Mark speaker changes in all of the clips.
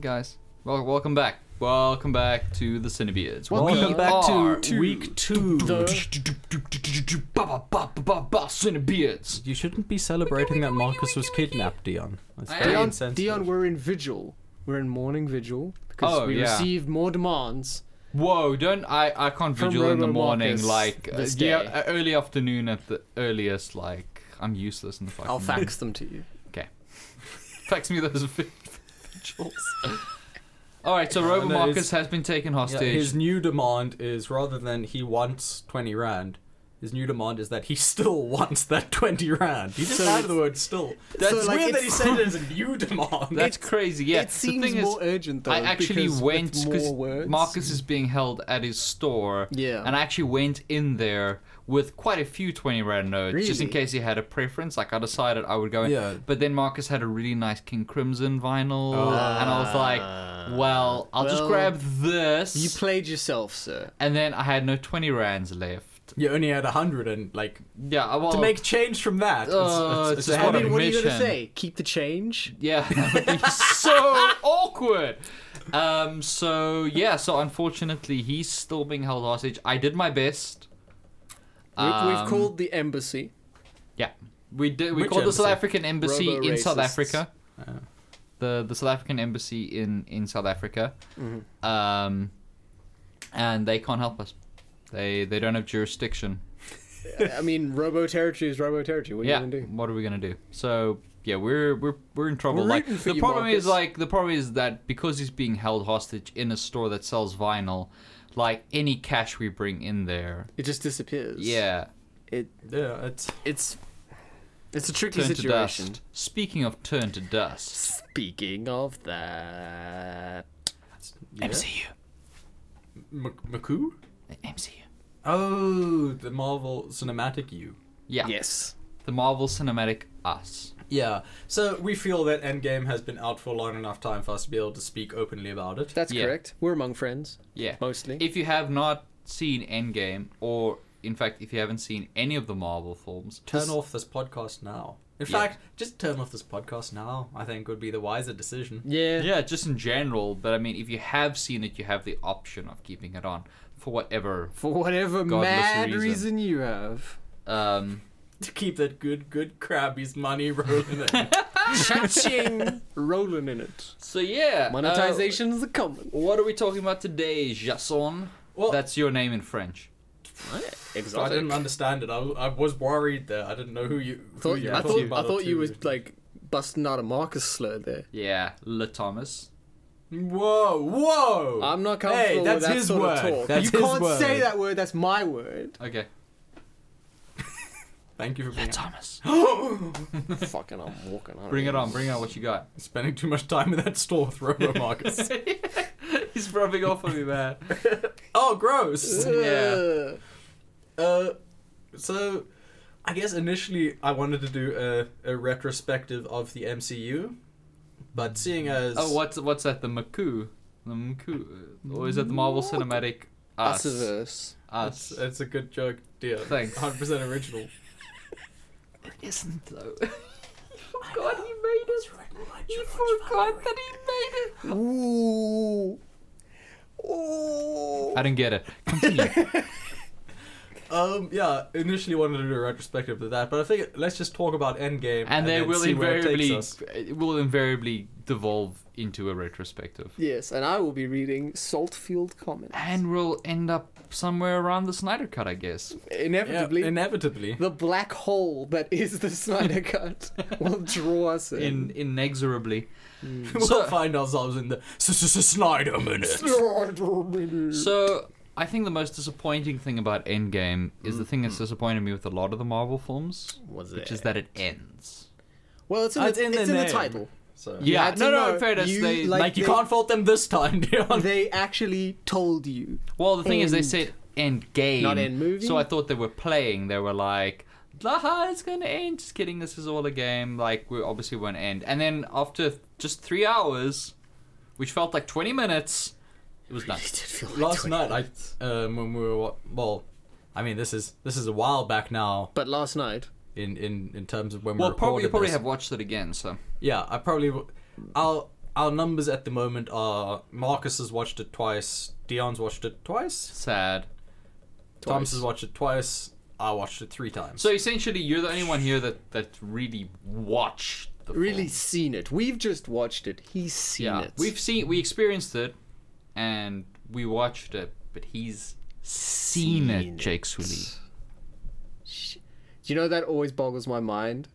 Speaker 1: guys. Well, welcome back. Welcome back to the Cinebeards.
Speaker 2: Welcome back to
Speaker 1: week two. Cinebeards.
Speaker 2: You shouldn't be celebrating that Marcus was kidnapped, Dion. That's
Speaker 1: I
Speaker 2: very
Speaker 1: am.
Speaker 3: Dion,
Speaker 2: insensitive.
Speaker 3: Dion, we're in vigil. We're in morning vigil because
Speaker 1: Oh,
Speaker 3: we
Speaker 1: yeah.
Speaker 3: received more demands.
Speaker 1: Whoa! Don't I? I can't
Speaker 3: From
Speaker 1: vigil in the
Speaker 3: Robo
Speaker 1: morning.
Speaker 3: Marcus
Speaker 1: like uh,
Speaker 3: this
Speaker 1: yeah,
Speaker 3: day.
Speaker 1: uh, early afternoon at the earliest. Like I'm useless in the fucking.
Speaker 3: I'll
Speaker 1: morning.
Speaker 3: fax them to you.
Speaker 1: Okay. fax me those vi- vigils. All right. So Robo
Speaker 2: no,
Speaker 1: Marcus
Speaker 2: it's-
Speaker 1: has been taken
Speaker 2: Yeah,
Speaker 1: hostage.
Speaker 2: his new demand is rather than he wants 20 rand, his new demand is that he still wants that 20 rand. He just
Speaker 3: So
Speaker 2: added the word still.
Speaker 3: So,
Speaker 2: That's
Speaker 3: like,
Speaker 2: weird that
Speaker 3: it's-
Speaker 2: he said it as a new demand.
Speaker 1: That's crazy. Yeah.
Speaker 3: it seems
Speaker 1: the thing
Speaker 3: more
Speaker 1: is,
Speaker 3: urgent though.
Speaker 1: I actually
Speaker 3: because with
Speaker 1: went
Speaker 3: more
Speaker 1: because
Speaker 3: words.
Speaker 1: Marcus is being held at his store.
Speaker 3: Yeah.
Speaker 1: And I actually went in there with quite a few 20 rand notes just in
Speaker 3: Really?
Speaker 1: case he had a preference. Like, I decided I would go in.
Speaker 2: Yeah.
Speaker 1: But then Marcus had a really nice King Crimson vinyl. And I was like, well, I'll just
Speaker 3: Ah. Well,
Speaker 1: grab this.
Speaker 3: You played yourself, sir.
Speaker 1: and then I had no 20 rands left.
Speaker 2: you only had 100 and, like,
Speaker 1: Yeah. I- Well,
Speaker 2: to make change from that. it's-
Speaker 1: Uh,
Speaker 2: it's-
Speaker 1: Oh. it's
Speaker 2: it's
Speaker 1: a
Speaker 2: just
Speaker 3: I
Speaker 1: What
Speaker 2: what
Speaker 1: heavy
Speaker 2: a-
Speaker 3: mean, what are you gonna
Speaker 1: mission.
Speaker 3: say? Keep the change.
Speaker 1: Yeah, that would be so awkward. Um, so yeah, so unfortunately, he's still being held hostage. I did my best.
Speaker 3: We've,
Speaker 1: Um,
Speaker 3: we've called the embassy.
Speaker 1: Yeah, we did. We
Speaker 2: Which
Speaker 1: called the South
Speaker 2: embassy?
Speaker 1: African embassy in South
Speaker 3: Robo-racists.
Speaker 1: Africa. The the South African embassy in in South Africa,
Speaker 3: Mm-hmm.
Speaker 1: um, and they can't help us. They they don't have jurisdiction.
Speaker 3: I mean, Robo territory is Robo territory. What are
Speaker 1: yeah.
Speaker 3: you gonna do?
Speaker 1: What are we gonna do? So yeah, we're we're we're in trouble.
Speaker 3: We're
Speaker 1: like
Speaker 3: rooting for
Speaker 1: the
Speaker 3: you,
Speaker 1: problem is
Speaker 3: Marcus.
Speaker 1: like the problem is that because he's being held hostage in a store that sells vinyl, like any cash we bring in there,
Speaker 3: It just disappears.
Speaker 1: yeah,
Speaker 3: It
Speaker 2: Yeah, it's.
Speaker 3: it's it's a tricky
Speaker 1: turn
Speaker 3: situation.
Speaker 1: to dust. Speaking of turn to dust,
Speaker 3: Speaking of that,
Speaker 2: Yeah. M- Maku?
Speaker 1: MCU,
Speaker 2: Oh, the Marvel Cinematic U.
Speaker 1: yeah,
Speaker 3: yes,
Speaker 1: the Marvel Cinematic Us.
Speaker 2: Yeah, so we feel that Endgame has been out for long enough time for us to be able to speak openly about it.
Speaker 3: that's
Speaker 1: Yeah.
Speaker 3: correct. We're among friends.
Speaker 1: Yeah.
Speaker 3: Mostly.
Speaker 1: If you have not seen Endgame, or in fact, if you haven't seen any of the Marvel films,
Speaker 2: turn
Speaker 1: just-
Speaker 2: off this podcast now. In
Speaker 1: Yeah.
Speaker 2: fact, just turn off this podcast now. I think would be the wiser decision.
Speaker 3: Yeah.
Speaker 1: Yeah, just in general. But I mean, if you have seen it, you have the option of keeping it on for whatever.
Speaker 3: For whatever
Speaker 1: Godless
Speaker 3: mad
Speaker 1: reason.
Speaker 3: reason. you have.
Speaker 1: Um,
Speaker 2: To keep that good, good Krabby's money rolling in.
Speaker 3: Cha-ching! Rolling in it.
Speaker 1: so yeah, uh,
Speaker 3: Monetization's a coming.
Speaker 1: what are we talking about today, Jason?
Speaker 2: Well-
Speaker 1: That's your name in French.
Speaker 2: I didn't
Speaker 3: I
Speaker 2: understand it. I, was- I was worried there. I didn't know who you. Who
Speaker 3: thought,
Speaker 2: you
Speaker 3: I
Speaker 1: uh,
Speaker 2: were
Speaker 3: thought,
Speaker 2: talking about
Speaker 3: I thought
Speaker 2: it
Speaker 3: you
Speaker 2: to.
Speaker 3: was like busting out a Marcus slur there.
Speaker 1: Yeah, Le Thomas.
Speaker 2: Whoa, whoa!
Speaker 3: I'm not comfortable
Speaker 2: Hey, that's
Speaker 3: with that
Speaker 2: his
Speaker 3: sort
Speaker 2: word.
Speaker 3: of talk.
Speaker 2: That's
Speaker 3: you
Speaker 2: his
Speaker 3: can't
Speaker 2: word.
Speaker 3: say that word. That's my word.
Speaker 1: Okay.
Speaker 2: Thank you for bringing.
Speaker 1: Thomas.
Speaker 3: Fucking, I'm walking. I don't
Speaker 1: Bring it
Speaker 3: know.
Speaker 1: on. Bring on. What you got?
Speaker 2: Spending too much time in that store with Robo Marcus.
Speaker 1: He's rubbing off on me, man.
Speaker 2: oh, gross!
Speaker 1: Yeah.
Speaker 2: Uh, so I guess initially I wanted to do a, a retrospective of the MCU, but seeing as
Speaker 1: Oh, what's what's that? The Maku. The Maku. Or is it the Marvel Cinematic Us?
Speaker 3: Usiverse.
Speaker 1: Us.
Speaker 2: It's a good joke, dear.
Speaker 1: Thanks.
Speaker 2: 100% original.
Speaker 1: isn't though. God, he made us. You forgot that he made it.
Speaker 3: Ooh. Ooh.
Speaker 1: I didn't get it. Continue.
Speaker 2: Um, yeah, initially wanted to do a retrospective of that, but I think let's just talk about Endgame.
Speaker 1: and they
Speaker 2: then
Speaker 1: will
Speaker 2: see where it takes
Speaker 1: invariably
Speaker 2: us.
Speaker 1: it will invariably devolve into a retrospective,
Speaker 3: Yes, and I will be reading Saltfield Commons.
Speaker 1: and we'll end up somewhere around the Snyder Cut, I guess.
Speaker 2: Yeah,
Speaker 3: inevitably,
Speaker 2: inevitably.
Speaker 3: the black hole that is the Snyder Cut will draw us
Speaker 1: In
Speaker 3: in.
Speaker 1: inexorably.
Speaker 2: We'll
Speaker 1: So-
Speaker 2: find ourselves in the S- S- S- Snyder Minute.
Speaker 1: So I think the most disappointing thing about Endgame is
Speaker 2: Mm-hmm.
Speaker 1: the thing that's disappointed me with a lot of the Marvel films,
Speaker 3: What's
Speaker 1: which is that it ends.
Speaker 3: Well, it's in,
Speaker 2: Uh,
Speaker 3: the,
Speaker 2: it's in the
Speaker 3: it's in the
Speaker 2: name.
Speaker 3: title.
Speaker 2: So,
Speaker 3: You
Speaker 1: Yeah,
Speaker 3: had to
Speaker 1: no, no,
Speaker 3: know.
Speaker 1: fair enough,
Speaker 3: You,
Speaker 1: they-
Speaker 2: like,
Speaker 3: like,
Speaker 2: you
Speaker 3: they,
Speaker 2: can't fault them this time, Dion.
Speaker 3: They actually told you.
Speaker 1: Well, the thing is, they
Speaker 3: End.
Speaker 1: said end game,
Speaker 3: Not end movie?
Speaker 1: So I thought they were playing. They were like, "Haha, it's gonna end." Just kidding. This is all a game. Like we obviously won't end. And then after just three hours, which felt like twenty minutes, it was done.
Speaker 3: It did feel like
Speaker 2: Last
Speaker 3: 20
Speaker 2: night, I um, when we were wa- well, I mean this is this is a while back now
Speaker 3: But last night,
Speaker 2: in in in terms of when we
Speaker 1: Well,
Speaker 2: recorded
Speaker 1: probably you probably
Speaker 2: this.
Speaker 1: have watched it again. So
Speaker 2: Yeah, I probably. w- I'll. our numbers at the moment are Marcus has watched it twice, Dion's watched it twice,
Speaker 1: Sad.
Speaker 2: Thomas
Speaker 3: Twice.
Speaker 2: has watched it twice, I watched it three times.
Speaker 1: So essentially, you're the only one here that that really watched. The
Speaker 3: Really
Speaker 1: film.
Speaker 3: seen it. We've just watched it. He's seen
Speaker 1: yeah.
Speaker 3: it.
Speaker 1: We've seen, we experienced it, and we watched it, but he's seen,
Speaker 3: Seen
Speaker 1: it,
Speaker 3: it.
Speaker 1: Jake Sully.
Speaker 3: Sh- Do you know that always boggles my mind?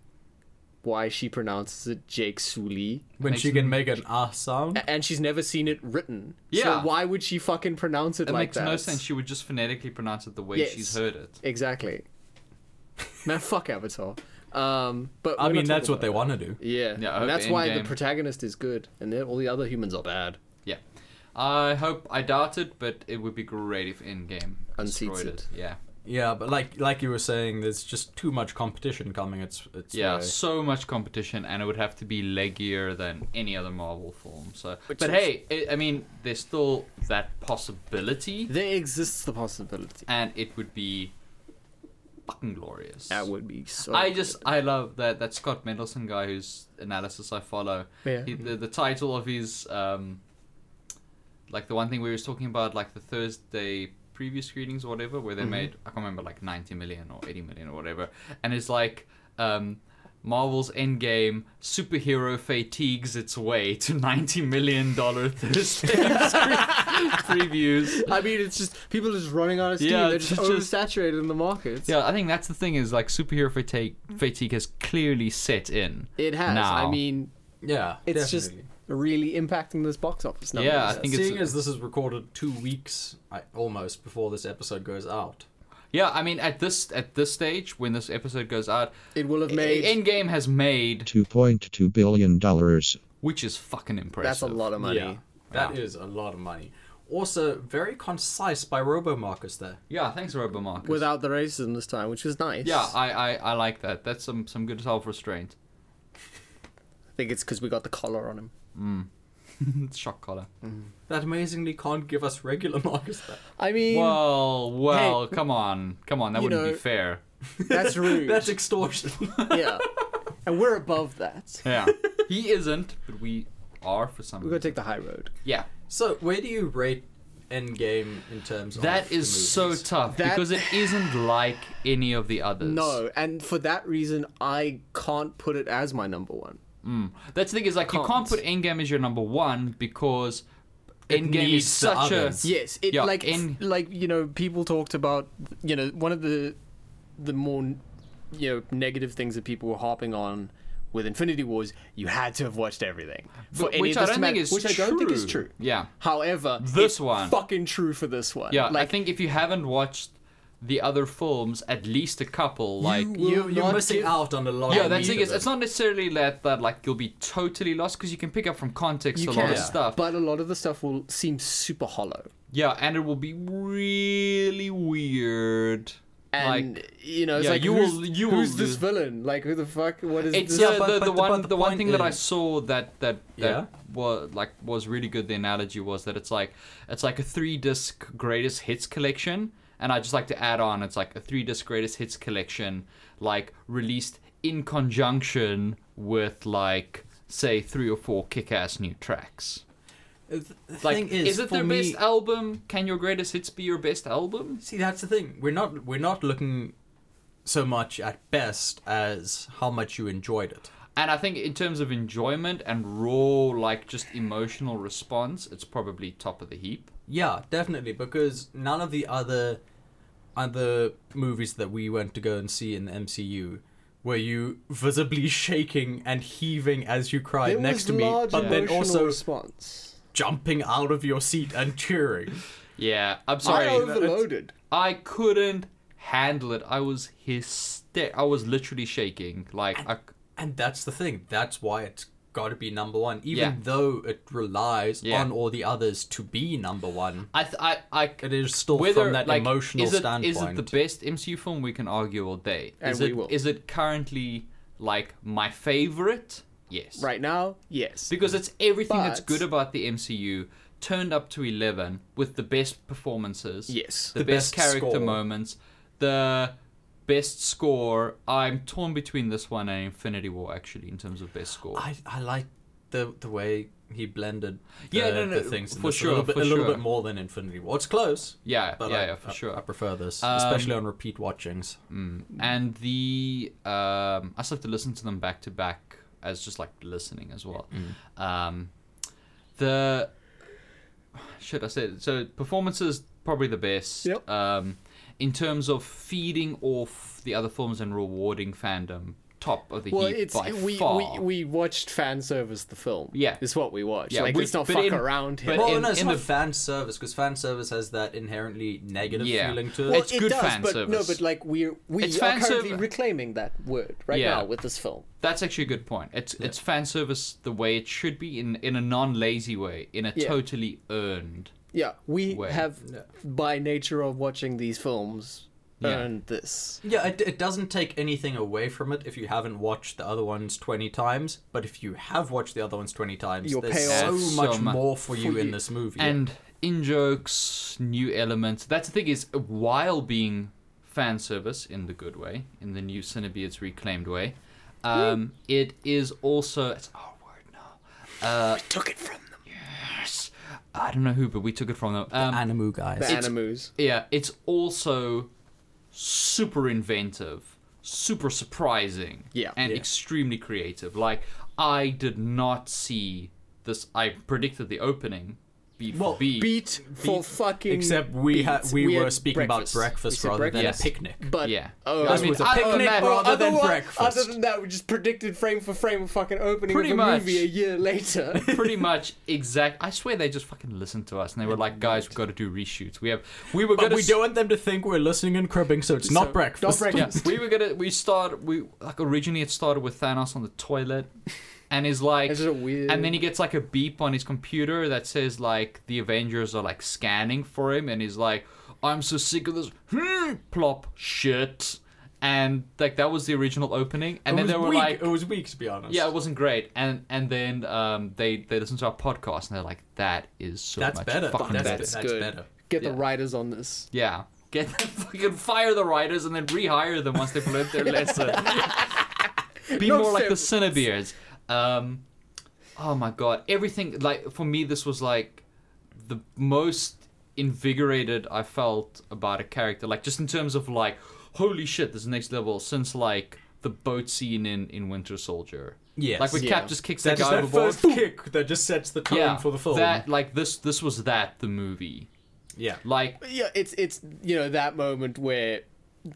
Speaker 3: Why she pronounces it Jake Sully,
Speaker 2: when she
Speaker 1: makes- Uh,
Speaker 2: can make an ah sound.
Speaker 3: A- and she's never seen it written.
Speaker 1: Yeah.
Speaker 3: So why would she fucking pronounce it,
Speaker 1: It
Speaker 3: like
Speaker 1: makes
Speaker 3: that?
Speaker 1: no sense. She would just phonetically pronounce it the way
Speaker 3: Yes.
Speaker 1: she's heard it.
Speaker 3: Exactly. Man, fuck Avatar. Um, but
Speaker 2: I
Speaker 3: we're
Speaker 2: mean,
Speaker 3: not talking
Speaker 2: that's what
Speaker 3: about
Speaker 2: they
Speaker 3: that.
Speaker 2: want to do.
Speaker 3: Yeah,
Speaker 1: Yeah, I hope
Speaker 3: and that's why the
Speaker 1: Endgame-
Speaker 3: protagonist is good, and then all the other humans are bad.
Speaker 1: Yeah. I hope I doubt it, but it would be great if Endgame
Speaker 3: Unseats
Speaker 1: destroyed
Speaker 3: it.
Speaker 1: Yeah,
Speaker 2: Yeah, but like like you were saying, there's just too much competition coming. It's it's
Speaker 1: yeah,
Speaker 2: way.
Speaker 1: so much competition, and it would have to be leggier than any other Marvel film. So,
Speaker 3: Which
Speaker 1: but
Speaker 3: is-
Speaker 1: hey, i I mean, there's still that possibility,
Speaker 3: There exists the possibility
Speaker 1: and it would be fucking glorious.
Speaker 3: that would be so.
Speaker 1: I just I love that that Scott Mendelson guy whose analysis I follow.
Speaker 3: Yeah. Mm-hmm.
Speaker 1: He, the, the title of his um, like the one thing we was talking about, like the Thursday preview screenings or whatever, where they
Speaker 3: Mm-hmm.
Speaker 1: made I can't remember like ninety million or eighty million or whatever, and it's like um, Marvel's Endgame superhero fatigues its way to ninety million dollar Thursday previews.
Speaker 3: good. I mean, it's just people are just running out of steam.
Speaker 1: Yeah,
Speaker 3: They're
Speaker 1: it's
Speaker 3: just
Speaker 1: just-
Speaker 3: oversaturated in the markets.
Speaker 1: Yeah, I think that's the thing is like superhero fatigue fatigue has clearly set in.
Speaker 3: it has.
Speaker 1: now.
Speaker 3: I mean,
Speaker 2: yeah.
Speaker 3: it's
Speaker 2: definitely.
Speaker 3: just really impacting this box office number.
Speaker 1: Yeah, I think it's-
Speaker 2: seeing as this is recorded two weeks I, almost before this episode goes out.
Speaker 1: Yeah, I mean at this at this stage when this episode goes out, E-
Speaker 3: it will have made.
Speaker 1: Endgame has made,
Speaker 4: $2.2 billion.
Speaker 1: which is fucking impressive.
Speaker 3: that's a lot of money.
Speaker 2: Yeah, that is
Speaker 1: Yeah.
Speaker 2: a lot of money. Also, very concise by Robo Marcus there.
Speaker 1: Yeah, thanks, Robo Marcus.
Speaker 3: Without the racism this time, which was nice.
Speaker 1: yeah, I, I I like that. That's some some good self restraint.
Speaker 3: I think it's because we got the collar on him.
Speaker 1: Shock collar.
Speaker 2: That amazingly can't give us regular Marcus there.
Speaker 3: I mean,
Speaker 1: Well, well,
Speaker 3: Hey.
Speaker 1: come on, come on. That
Speaker 3: You
Speaker 1: wouldn't be
Speaker 3: know-
Speaker 1: fair.
Speaker 3: that's rude.
Speaker 2: That's extortion.
Speaker 3: yeah, and we're above that.
Speaker 1: Yeah, he isn't, but we are for some
Speaker 3: We're gonna
Speaker 1: reason.
Speaker 3: take the high road.
Speaker 1: Yeah,
Speaker 2: so, where do you rate Endgame in terms of
Speaker 1: that
Speaker 2: the
Speaker 1: is so
Speaker 2: movies?
Speaker 1: tough
Speaker 3: That-
Speaker 1: because it isn't like any of the others.
Speaker 3: No, and for that reason, I can't put it as my number one.
Speaker 1: That's the thing is like you can't
Speaker 3: Can't.
Speaker 1: put Endgame as your number one because Endgame is
Speaker 2: needs the
Speaker 1: such a
Speaker 2: others.
Speaker 3: Yes, it
Speaker 1: Yeah,
Speaker 3: like
Speaker 1: in-
Speaker 3: like you know people talked about you know one of the the more you know negative things that people were harping on with Infinity Wars, you had to have watched everything. For any
Speaker 1: which
Speaker 3: of
Speaker 1: I don't
Speaker 3: this to
Speaker 1: think
Speaker 3: matter-
Speaker 1: is
Speaker 3: which
Speaker 1: true.
Speaker 3: I don't think is true.
Speaker 1: Yeah.
Speaker 3: However,
Speaker 1: This
Speaker 3: it's
Speaker 1: one.
Speaker 3: fucking true for this one.
Speaker 1: Yeah, I
Speaker 3: like
Speaker 1: think if you haven't watched the other films, at least a couple, like
Speaker 2: you,
Speaker 3: will
Speaker 2: you're
Speaker 3: not
Speaker 2: missing
Speaker 3: give-
Speaker 2: out on a lot.
Speaker 1: yeah,
Speaker 2: of
Speaker 1: that's the
Speaker 2: meat
Speaker 1: thing is
Speaker 2: of it.
Speaker 1: it's not necessarily that that like you'll be totally lost because you can pick up from context
Speaker 3: you
Speaker 1: a
Speaker 3: can,
Speaker 1: lot of stuff.
Speaker 3: but a lot of the stuff will seem super hollow.
Speaker 1: yeah, and it will be really weird.
Speaker 3: And
Speaker 1: like
Speaker 3: you know, it's
Speaker 1: yeah,
Speaker 3: like
Speaker 1: you
Speaker 3: who's,
Speaker 1: will- you
Speaker 3: who's
Speaker 1: will
Speaker 3: this
Speaker 1: lose-
Speaker 3: villain? Like who the fuck? What is
Speaker 1: it's
Speaker 3: this?
Speaker 1: yeah,
Speaker 2: Yeah, but-
Speaker 1: the,
Speaker 2: but
Speaker 1: the
Speaker 2: the-
Speaker 1: one
Speaker 2: but
Speaker 1: the,
Speaker 2: the
Speaker 1: one
Speaker 2: point
Speaker 1: thing that I
Speaker 2: is-
Speaker 1: saw that that that
Speaker 2: Yeah?
Speaker 1: was like was really good. The analogy was that it's like it's like a three disc greatest hits collection, and I just like to add on it's like a three disc greatest hits collection, like released in conjunction with like say three or four kick ass new tracks.
Speaker 2: The th-
Speaker 1: Like,
Speaker 2: thing is,
Speaker 1: it
Speaker 2: for
Speaker 1: their
Speaker 2: me,
Speaker 1: best album? Can your greatest hits be your best album?
Speaker 2: See, that's the thing. We're not we're not looking so much at best as how much you enjoyed it.
Speaker 1: And I think in terms of enjoyment and raw, like just emotional response, it's probably top of the heap.
Speaker 2: Yeah, definitely, because none of the other other movies that we went to go and see in the MCU were you visibly shaking and heaving as you cried
Speaker 3: There
Speaker 2: next
Speaker 3: was
Speaker 2: to me,
Speaker 3: large
Speaker 2: but then
Speaker 3: emotional
Speaker 2: also
Speaker 3: response.
Speaker 2: jumping out of your seat and cheering.
Speaker 1: Yeah, I'm sorry.
Speaker 3: I overloaded.
Speaker 1: I couldn't handle it. I was hyster. I was literally shaking. Like, I,
Speaker 2: And that's the thing. That's why it's got to be number one, even
Speaker 1: Yeah.
Speaker 2: though it relies
Speaker 1: Yeah.
Speaker 2: on all the others to be number one.
Speaker 1: I, th- I, I,
Speaker 2: It is still
Speaker 1: whether
Speaker 2: from that
Speaker 1: like,
Speaker 2: emotional
Speaker 1: is it,
Speaker 2: standpoint.
Speaker 1: is it the best MCU film? We can argue all day.
Speaker 3: And
Speaker 1: is
Speaker 3: we
Speaker 1: it,
Speaker 3: will.
Speaker 1: Is it currently like my favorite? Yes.
Speaker 3: Right now, yes.
Speaker 1: Because it's everything that's
Speaker 3: But-
Speaker 1: good about the MCU turned up to eleven with the best performances.
Speaker 3: Yes.
Speaker 1: The,
Speaker 2: The
Speaker 1: best,
Speaker 2: best
Speaker 1: character
Speaker 2: score.
Speaker 1: moments. The best score. I'm torn between this one and Infinity War actually in terms of best score.
Speaker 2: I, I like the the way he blended the,
Speaker 1: Yeah, no, no,
Speaker 2: the things in
Speaker 1: for
Speaker 2: this
Speaker 1: sure,
Speaker 2: a little, bit,
Speaker 1: for
Speaker 2: a little
Speaker 1: sure.
Speaker 2: bit more than Infinity War. It's close,
Speaker 1: Yeah,
Speaker 2: but
Speaker 1: yeah,
Speaker 2: I,
Speaker 1: yeah,
Speaker 3: uh,
Speaker 1: for
Speaker 2: I-
Speaker 1: sure.
Speaker 2: I prefer this,
Speaker 1: Um,
Speaker 2: especially on repeat watchings.
Speaker 3: mm.
Speaker 1: and the um, I still have to listen to them back to back as just like listening as well.
Speaker 3: Mm.
Speaker 1: Um, the should I said so performances probably the best.
Speaker 3: Yep.
Speaker 1: Um, in terms of feeding off the other films and rewarding fandom, top of the
Speaker 3: Well,
Speaker 1: heap
Speaker 3: it's
Speaker 1: by
Speaker 3: we,
Speaker 1: far.
Speaker 3: we we watched fan service the film.
Speaker 1: Yeah.
Speaker 3: is what we watched.
Speaker 1: Yeah,
Speaker 3: like
Speaker 1: we-
Speaker 3: let's not
Speaker 1: but
Speaker 3: fuck
Speaker 1: in-
Speaker 3: around here.
Speaker 1: but
Speaker 2: Well,
Speaker 1: in-
Speaker 2: no, it's
Speaker 1: in
Speaker 2: not
Speaker 1: the-
Speaker 2: fan service because fan service has that inherently negative
Speaker 1: Yeah.
Speaker 2: feeling to
Speaker 1: Well,
Speaker 2: it.
Speaker 1: it's good fan
Speaker 3: but no,
Speaker 1: service.
Speaker 3: but like we we
Speaker 1: It's
Speaker 3: are
Speaker 1: fan
Speaker 3: currently
Speaker 1: serv-
Speaker 3: reclaiming that word right
Speaker 1: Yeah.
Speaker 3: now with this film.
Speaker 1: That's actually a good point. It's it's fan service the way it should be in in a non lazy way, in a
Speaker 3: Yeah.
Speaker 1: totally earned.
Speaker 3: Yeah, we
Speaker 1: Way.
Speaker 3: have by nature of watching these films
Speaker 1: Yeah.
Speaker 3: earned this.
Speaker 2: Yeah, it, it doesn't take anything away from it if you haven't watched the other ones 20 times, but if you have watched the other ones 20 times,
Speaker 3: Your
Speaker 2: there's
Speaker 3: payoff.
Speaker 2: so
Speaker 1: That's so
Speaker 2: much
Speaker 1: mu-
Speaker 2: more for you,
Speaker 3: for
Speaker 2: in
Speaker 3: you.
Speaker 2: this movie.
Speaker 1: and in jokes, new elements. That's the thing is, while being fan service in the good way, in the new Cinebeards reclaimed way, um, it is also it's our word now. Uh,
Speaker 3: Took it from them.
Speaker 1: yes. I don't know who, but we took it from them. Um,
Speaker 2: Animu guys.
Speaker 3: The
Speaker 1: It's-
Speaker 3: animus.
Speaker 1: yeah, it's also super inventive, super surprising,
Speaker 3: Yeah.
Speaker 1: and
Speaker 2: Yeah.
Speaker 1: extremely creative. Like I did not see this. I predicted the opening. B for
Speaker 2: Well,
Speaker 1: B.
Speaker 3: Beat for fucking.
Speaker 2: Except we ha-
Speaker 3: beat.
Speaker 2: we were
Speaker 3: had
Speaker 2: speaking about breakfast
Speaker 3: We said
Speaker 2: rather than
Speaker 1: breakfast.
Speaker 2: a picnic.
Speaker 3: But
Speaker 1: Yeah.
Speaker 3: oh,
Speaker 1: I
Speaker 2: This
Speaker 1: mean,
Speaker 2: was a
Speaker 1: other
Speaker 2: picnic
Speaker 1: than that-
Speaker 2: rather
Speaker 3: other
Speaker 2: than
Speaker 3: one-
Speaker 2: breakfast.
Speaker 3: Other than that, we just predicted frame for frame a fucking opening
Speaker 1: Pretty
Speaker 3: of a
Speaker 1: much.
Speaker 3: movie a year later.
Speaker 1: pretty much exact. I swear they just fucking listened to us and they were like, "Guys, we've got to do reshoots. We have, we were
Speaker 2: but
Speaker 1: gonna,
Speaker 2: we
Speaker 1: s-
Speaker 2: don't want them to think we're listening and cribbing, so it's
Speaker 3: So,
Speaker 2: not breakfast.
Speaker 3: not
Speaker 1: yeah,
Speaker 3: breakfast.
Speaker 1: we were gonna, we start, we like originally it started with Thanos on the toilet, and is like,
Speaker 3: It's just a weird-
Speaker 1: and then he gets like a beep on his computer that says like the Avengers are like scanning for him, and he's like, "I'm so sick of this." Hmm, plop shit, and like that was the original opening, and then
Speaker 2: It was
Speaker 1: they were
Speaker 2: weak-
Speaker 1: like,
Speaker 2: it was weak to be honest.
Speaker 1: Yeah, it wasn't great. And and then um, they they listened to our podcast and they're like, that is so
Speaker 2: that's
Speaker 1: much
Speaker 2: better.
Speaker 1: fucking
Speaker 2: That's,
Speaker 1: better.
Speaker 2: that's
Speaker 3: good.
Speaker 2: better.
Speaker 3: Get
Speaker 1: Yeah.
Speaker 3: the writers on this.
Speaker 1: Yeah. Get them fucking fire the writers and then rehire them once they've learned their lesson. Be
Speaker 3: No
Speaker 1: more like the
Speaker 3: sense.
Speaker 1: Cinebeards. Um, oh my god, everything like for me this was like the most invigorated I felt about a character, like just in terms of like, holy shit, this is next level since like the boat scene in in Winter Soldier.
Speaker 2: Yes.
Speaker 1: like when
Speaker 3: Yeah.
Speaker 1: Cap just kicks
Speaker 2: That,
Speaker 1: that,
Speaker 2: just
Speaker 1: guy
Speaker 2: that
Speaker 1: overboard.
Speaker 2: first kick that just sets the tone for the film.
Speaker 1: That like this this was that the movie.
Speaker 2: yeah.
Speaker 1: Like
Speaker 3: Yeah, it's it's you know that moment where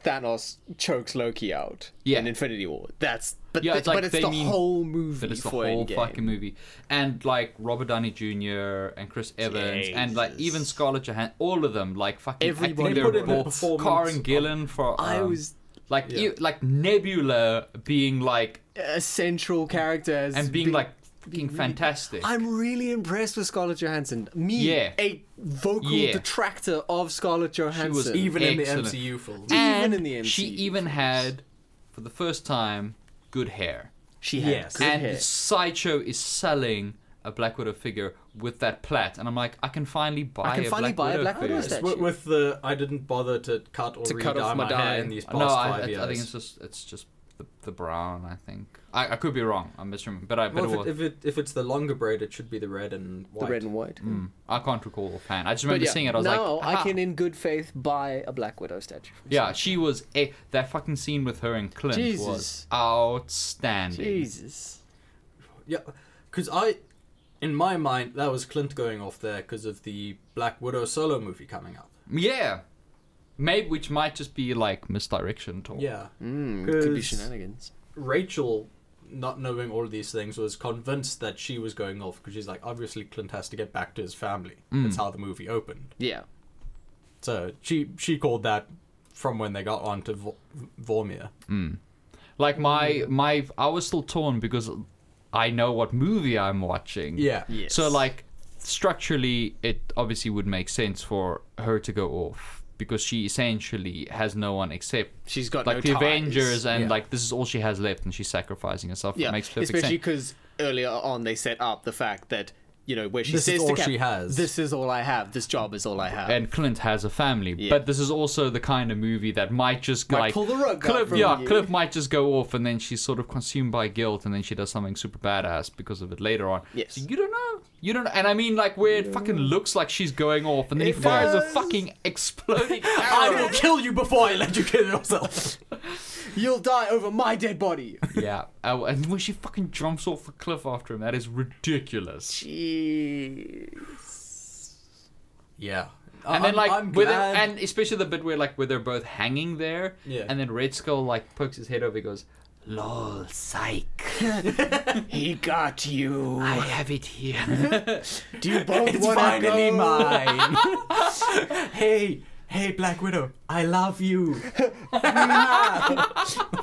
Speaker 3: Thanos chokes Loki out
Speaker 1: Yeah.
Speaker 3: in Infinity War. That's but
Speaker 1: Yeah,
Speaker 3: the-
Speaker 1: it's like
Speaker 3: but it's
Speaker 1: they
Speaker 3: the
Speaker 1: mean
Speaker 3: whole movie
Speaker 1: that it's the
Speaker 3: for
Speaker 1: whole
Speaker 3: Endgame.
Speaker 1: fucking movie. And like Robert Downey Jr. and Chris Evans and like
Speaker 3: Jesus.
Speaker 1: even Scarlett Johansson, all of them like fucking
Speaker 3: Everybody
Speaker 1: acting
Speaker 2: put
Speaker 1: their
Speaker 2: in their
Speaker 1: balls.
Speaker 2: performance.
Speaker 1: Karen Gillan for
Speaker 3: I
Speaker 1: um,
Speaker 3: was-
Speaker 1: like you, like Nebula being like
Speaker 3: a central character as
Speaker 1: and being like fucking fantastic.
Speaker 3: I'm really impressed with Scarlett Johansson. Me,
Speaker 1: Yeah.
Speaker 3: a vocal
Speaker 1: Yeah.
Speaker 3: detractor of Scarlett Johansson.
Speaker 2: even
Speaker 1: Excellent.
Speaker 2: in the MCU film.
Speaker 1: and
Speaker 3: in the
Speaker 1: she
Speaker 3: MCU
Speaker 1: even had for the first time good hair.
Speaker 3: she had
Speaker 2: Yes.
Speaker 3: good
Speaker 1: and
Speaker 3: hair.
Speaker 1: Sideshow is selling a Black Widow figure with that plat, and I'm like, I can finally buy.
Speaker 3: I can
Speaker 1: a
Speaker 3: finally
Speaker 1: Black
Speaker 3: buy a
Speaker 1: Widow
Speaker 3: Black Widow
Speaker 1: figure.
Speaker 3: statue.
Speaker 2: with, with the I didn't bother to cut or
Speaker 3: To
Speaker 2: re-dye
Speaker 3: cut off
Speaker 2: my,
Speaker 3: my dye.
Speaker 2: hair in these past
Speaker 1: No, I,
Speaker 2: five
Speaker 1: I,
Speaker 2: years.
Speaker 1: I think it's just it's just the, the brown. I think I, I could be wrong. I'm misremembering, but I but
Speaker 2: well,
Speaker 1: it was,
Speaker 2: if, it, if it if it's the longer braid, it should be the red and
Speaker 3: the
Speaker 2: white.
Speaker 3: red and white.
Speaker 1: Mm, I can't recall offhand. I just
Speaker 3: But
Speaker 1: remember
Speaker 3: yeah,
Speaker 1: seeing it. I was
Speaker 3: now
Speaker 1: like, "Ah."
Speaker 3: I can, in good faith, buy a Black Widow statue. from
Speaker 1: Yeah, she was a, that fucking scene with her and Clint was
Speaker 3: Jesus.
Speaker 1: outstanding.
Speaker 3: Jesus.
Speaker 2: Yeah, because I, in my mind, that was Clint going off there because of the Black Widow solo movie coming up.
Speaker 1: Yeah, maybe which might just be like misdirection talk.
Speaker 2: Yeah,
Speaker 1: Mm,
Speaker 3: Hmm, Could be
Speaker 2: 'Cause
Speaker 3: shenanigans.
Speaker 2: Rachel, not knowing all of these things, was convinced that she was going off because she's like, obviously Clint has to get back to his family. That's
Speaker 1: Mm.
Speaker 2: how the movie opened.
Speaker 3: Yeah.
Speaker 2: So she she called that from when they got onto Vo- Vormir.
Speaker 1: Like my my I was still torn because I know what movie I'm watching.
Speaker 2: Yeah.
Speaker 3: Yes.
Speaker 1: So like structurally it obviously would make sense for her to go off because she essentially has no one except
Speaker 3: She's got
Speaker 1: like
Speaker 3: no
Speaker 1: the
Speaker 3: ties.
Speaker 1: Avengers and
Speaker 2: Yeah.
Speaker 1: like this is all she has left and she's sacrificing herself.
Speaker 3: Yeah.
Speaker 1: It makes perfect
Speaker 3: Especially
Speaker 1: sense.
Speaker 3: because earlier on they set up the fact that you know, where she
Speaker 2: This is
Speaker 3: says to
Speaker 2: all
Speaker 3: Cap,
Speaker 2: she has.
Speaker 3: "This is all I have. This job is all I have."
Speaker 1: and Clint has a family.
Speaker 3: Yeah.
Speaker 1: But this is also the kind of movie that might just
Speaker 3: Might
Speaker 1: like
Speaker 3: pull the rug out
Speaker 1: Cliff,
Speaker 3: from
Speaker 1: yeah,
Speaker 3: you.
Speaker 1: Cliff might just go off, and then she's sort of consumed by guilt, and then she does something super badass because of it later on.
Speaker 3: Yes.
Speaker 1: so you don't know, you don't, and I mean like where it fucking looks like she's going off, and then he
Speaker 3: It
Speaker 1: fires a
Speaker 3: does.
Speaker 1: fucking exploding
Speaker 2: I
Speaker 1: arrow.
Speaker 2: will kill you before I let you kill yourself.
Speaker 3: You'll die over my dead body.
Speaker 1: yeah, oh, and when she fucking jumps off a cliff after him, that is ridiculous.
Speaker 3: Jeez.
Speaker 2: yeah.
Speaker 1: and then like
Speaker 2: I'm
Speaker 1: with it-
Speaker 2: glad-
Speaker 1: and especially the bit where like where they're both hanging there,
Speaker 2: Yeah.
Speaker 1: and then Red Skull like pokes his head over, he goes, "Lol, psych."
Speaker 3: He got you.
Speaker 1: I have it here.
Speaker 3: Do you both
Speaker 2: It's
Speaker 3: want to
Speaker 2: finally
Speaker 3: go?
Speaker 2: mine. hey, hey, Black Widow, I love you.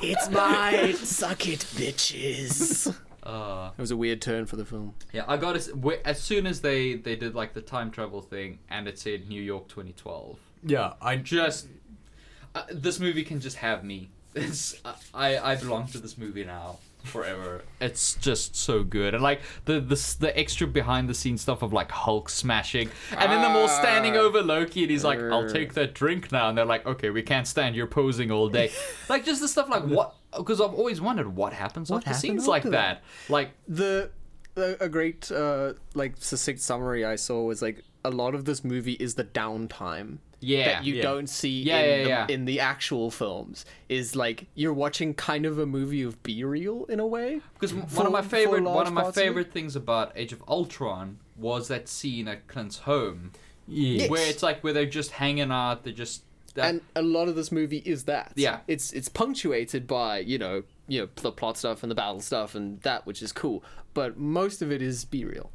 Speaker 3: It's mine. Suck it, bitches.
Speaker 1: uh,
Speaker 3: It was a weird turn for the film.
Speaker 1: yeah, I got as, wh- as soon as they they did like the time travel thing, and it said New York 2012.
Speaker 2: yeah, I
Speaker 1: Just uh, this movie can just have me. It's, I I belong to this movie now forever. It's just so good, and like the the the extra behind the scenes stuff of like Hulk smashing, and then them all standing
Speaker 3: Ah.
Speaker 1: over Loki, and he's like, "I'll
Speaker 3: Err.
Speaker 1: take that drink now," and they're like, "Okay, we can't stand you posing all day." like just the stuff like what. Because I've always wondered what happens after
Speaker 3: happened
Speaker 1: scenes
Speaker 3: after
Speaker 1: like
Speaker 3: that?
Speaker 1: that. Like
Speaker 3: the a, a great uh, like succinct summary I saw was like a lot of this movie is the downtime.
Speaker 1: Yeah,
Speaker 3: that you
Speaker 2: yeah.
Speaker 3: don't see
Speaker 1: Yeah,
Speaker 3: in,
Speaker 1: yeah,
Speaker 3: the,
Speaker 1: yeah.
Speaker 3: in the actual films is like you're watching kind of a movie of B real in a way.
Speaker 1: Because m-
Speaker 3: For-
Speaker 1: one of my
Speaker 3: for
Speaker 1: favorite
Speaker 3: large
Speaker 1: one of my
Speaker 3: parts of it.
Speaker 1: favorite things about Age of Ultron was that scene at Clint's home
Speaker 2: yeah.
Speaker 1: where it's like where they're just hanging out, they're just that,
Speaker 3: and a lot of this movie is that.
Speaker 1: Yeah.
Speaker 3: It's it's punctuated by, you know, you know, the plot stuff and the battle stuff and that which is cool, but most of it is be real,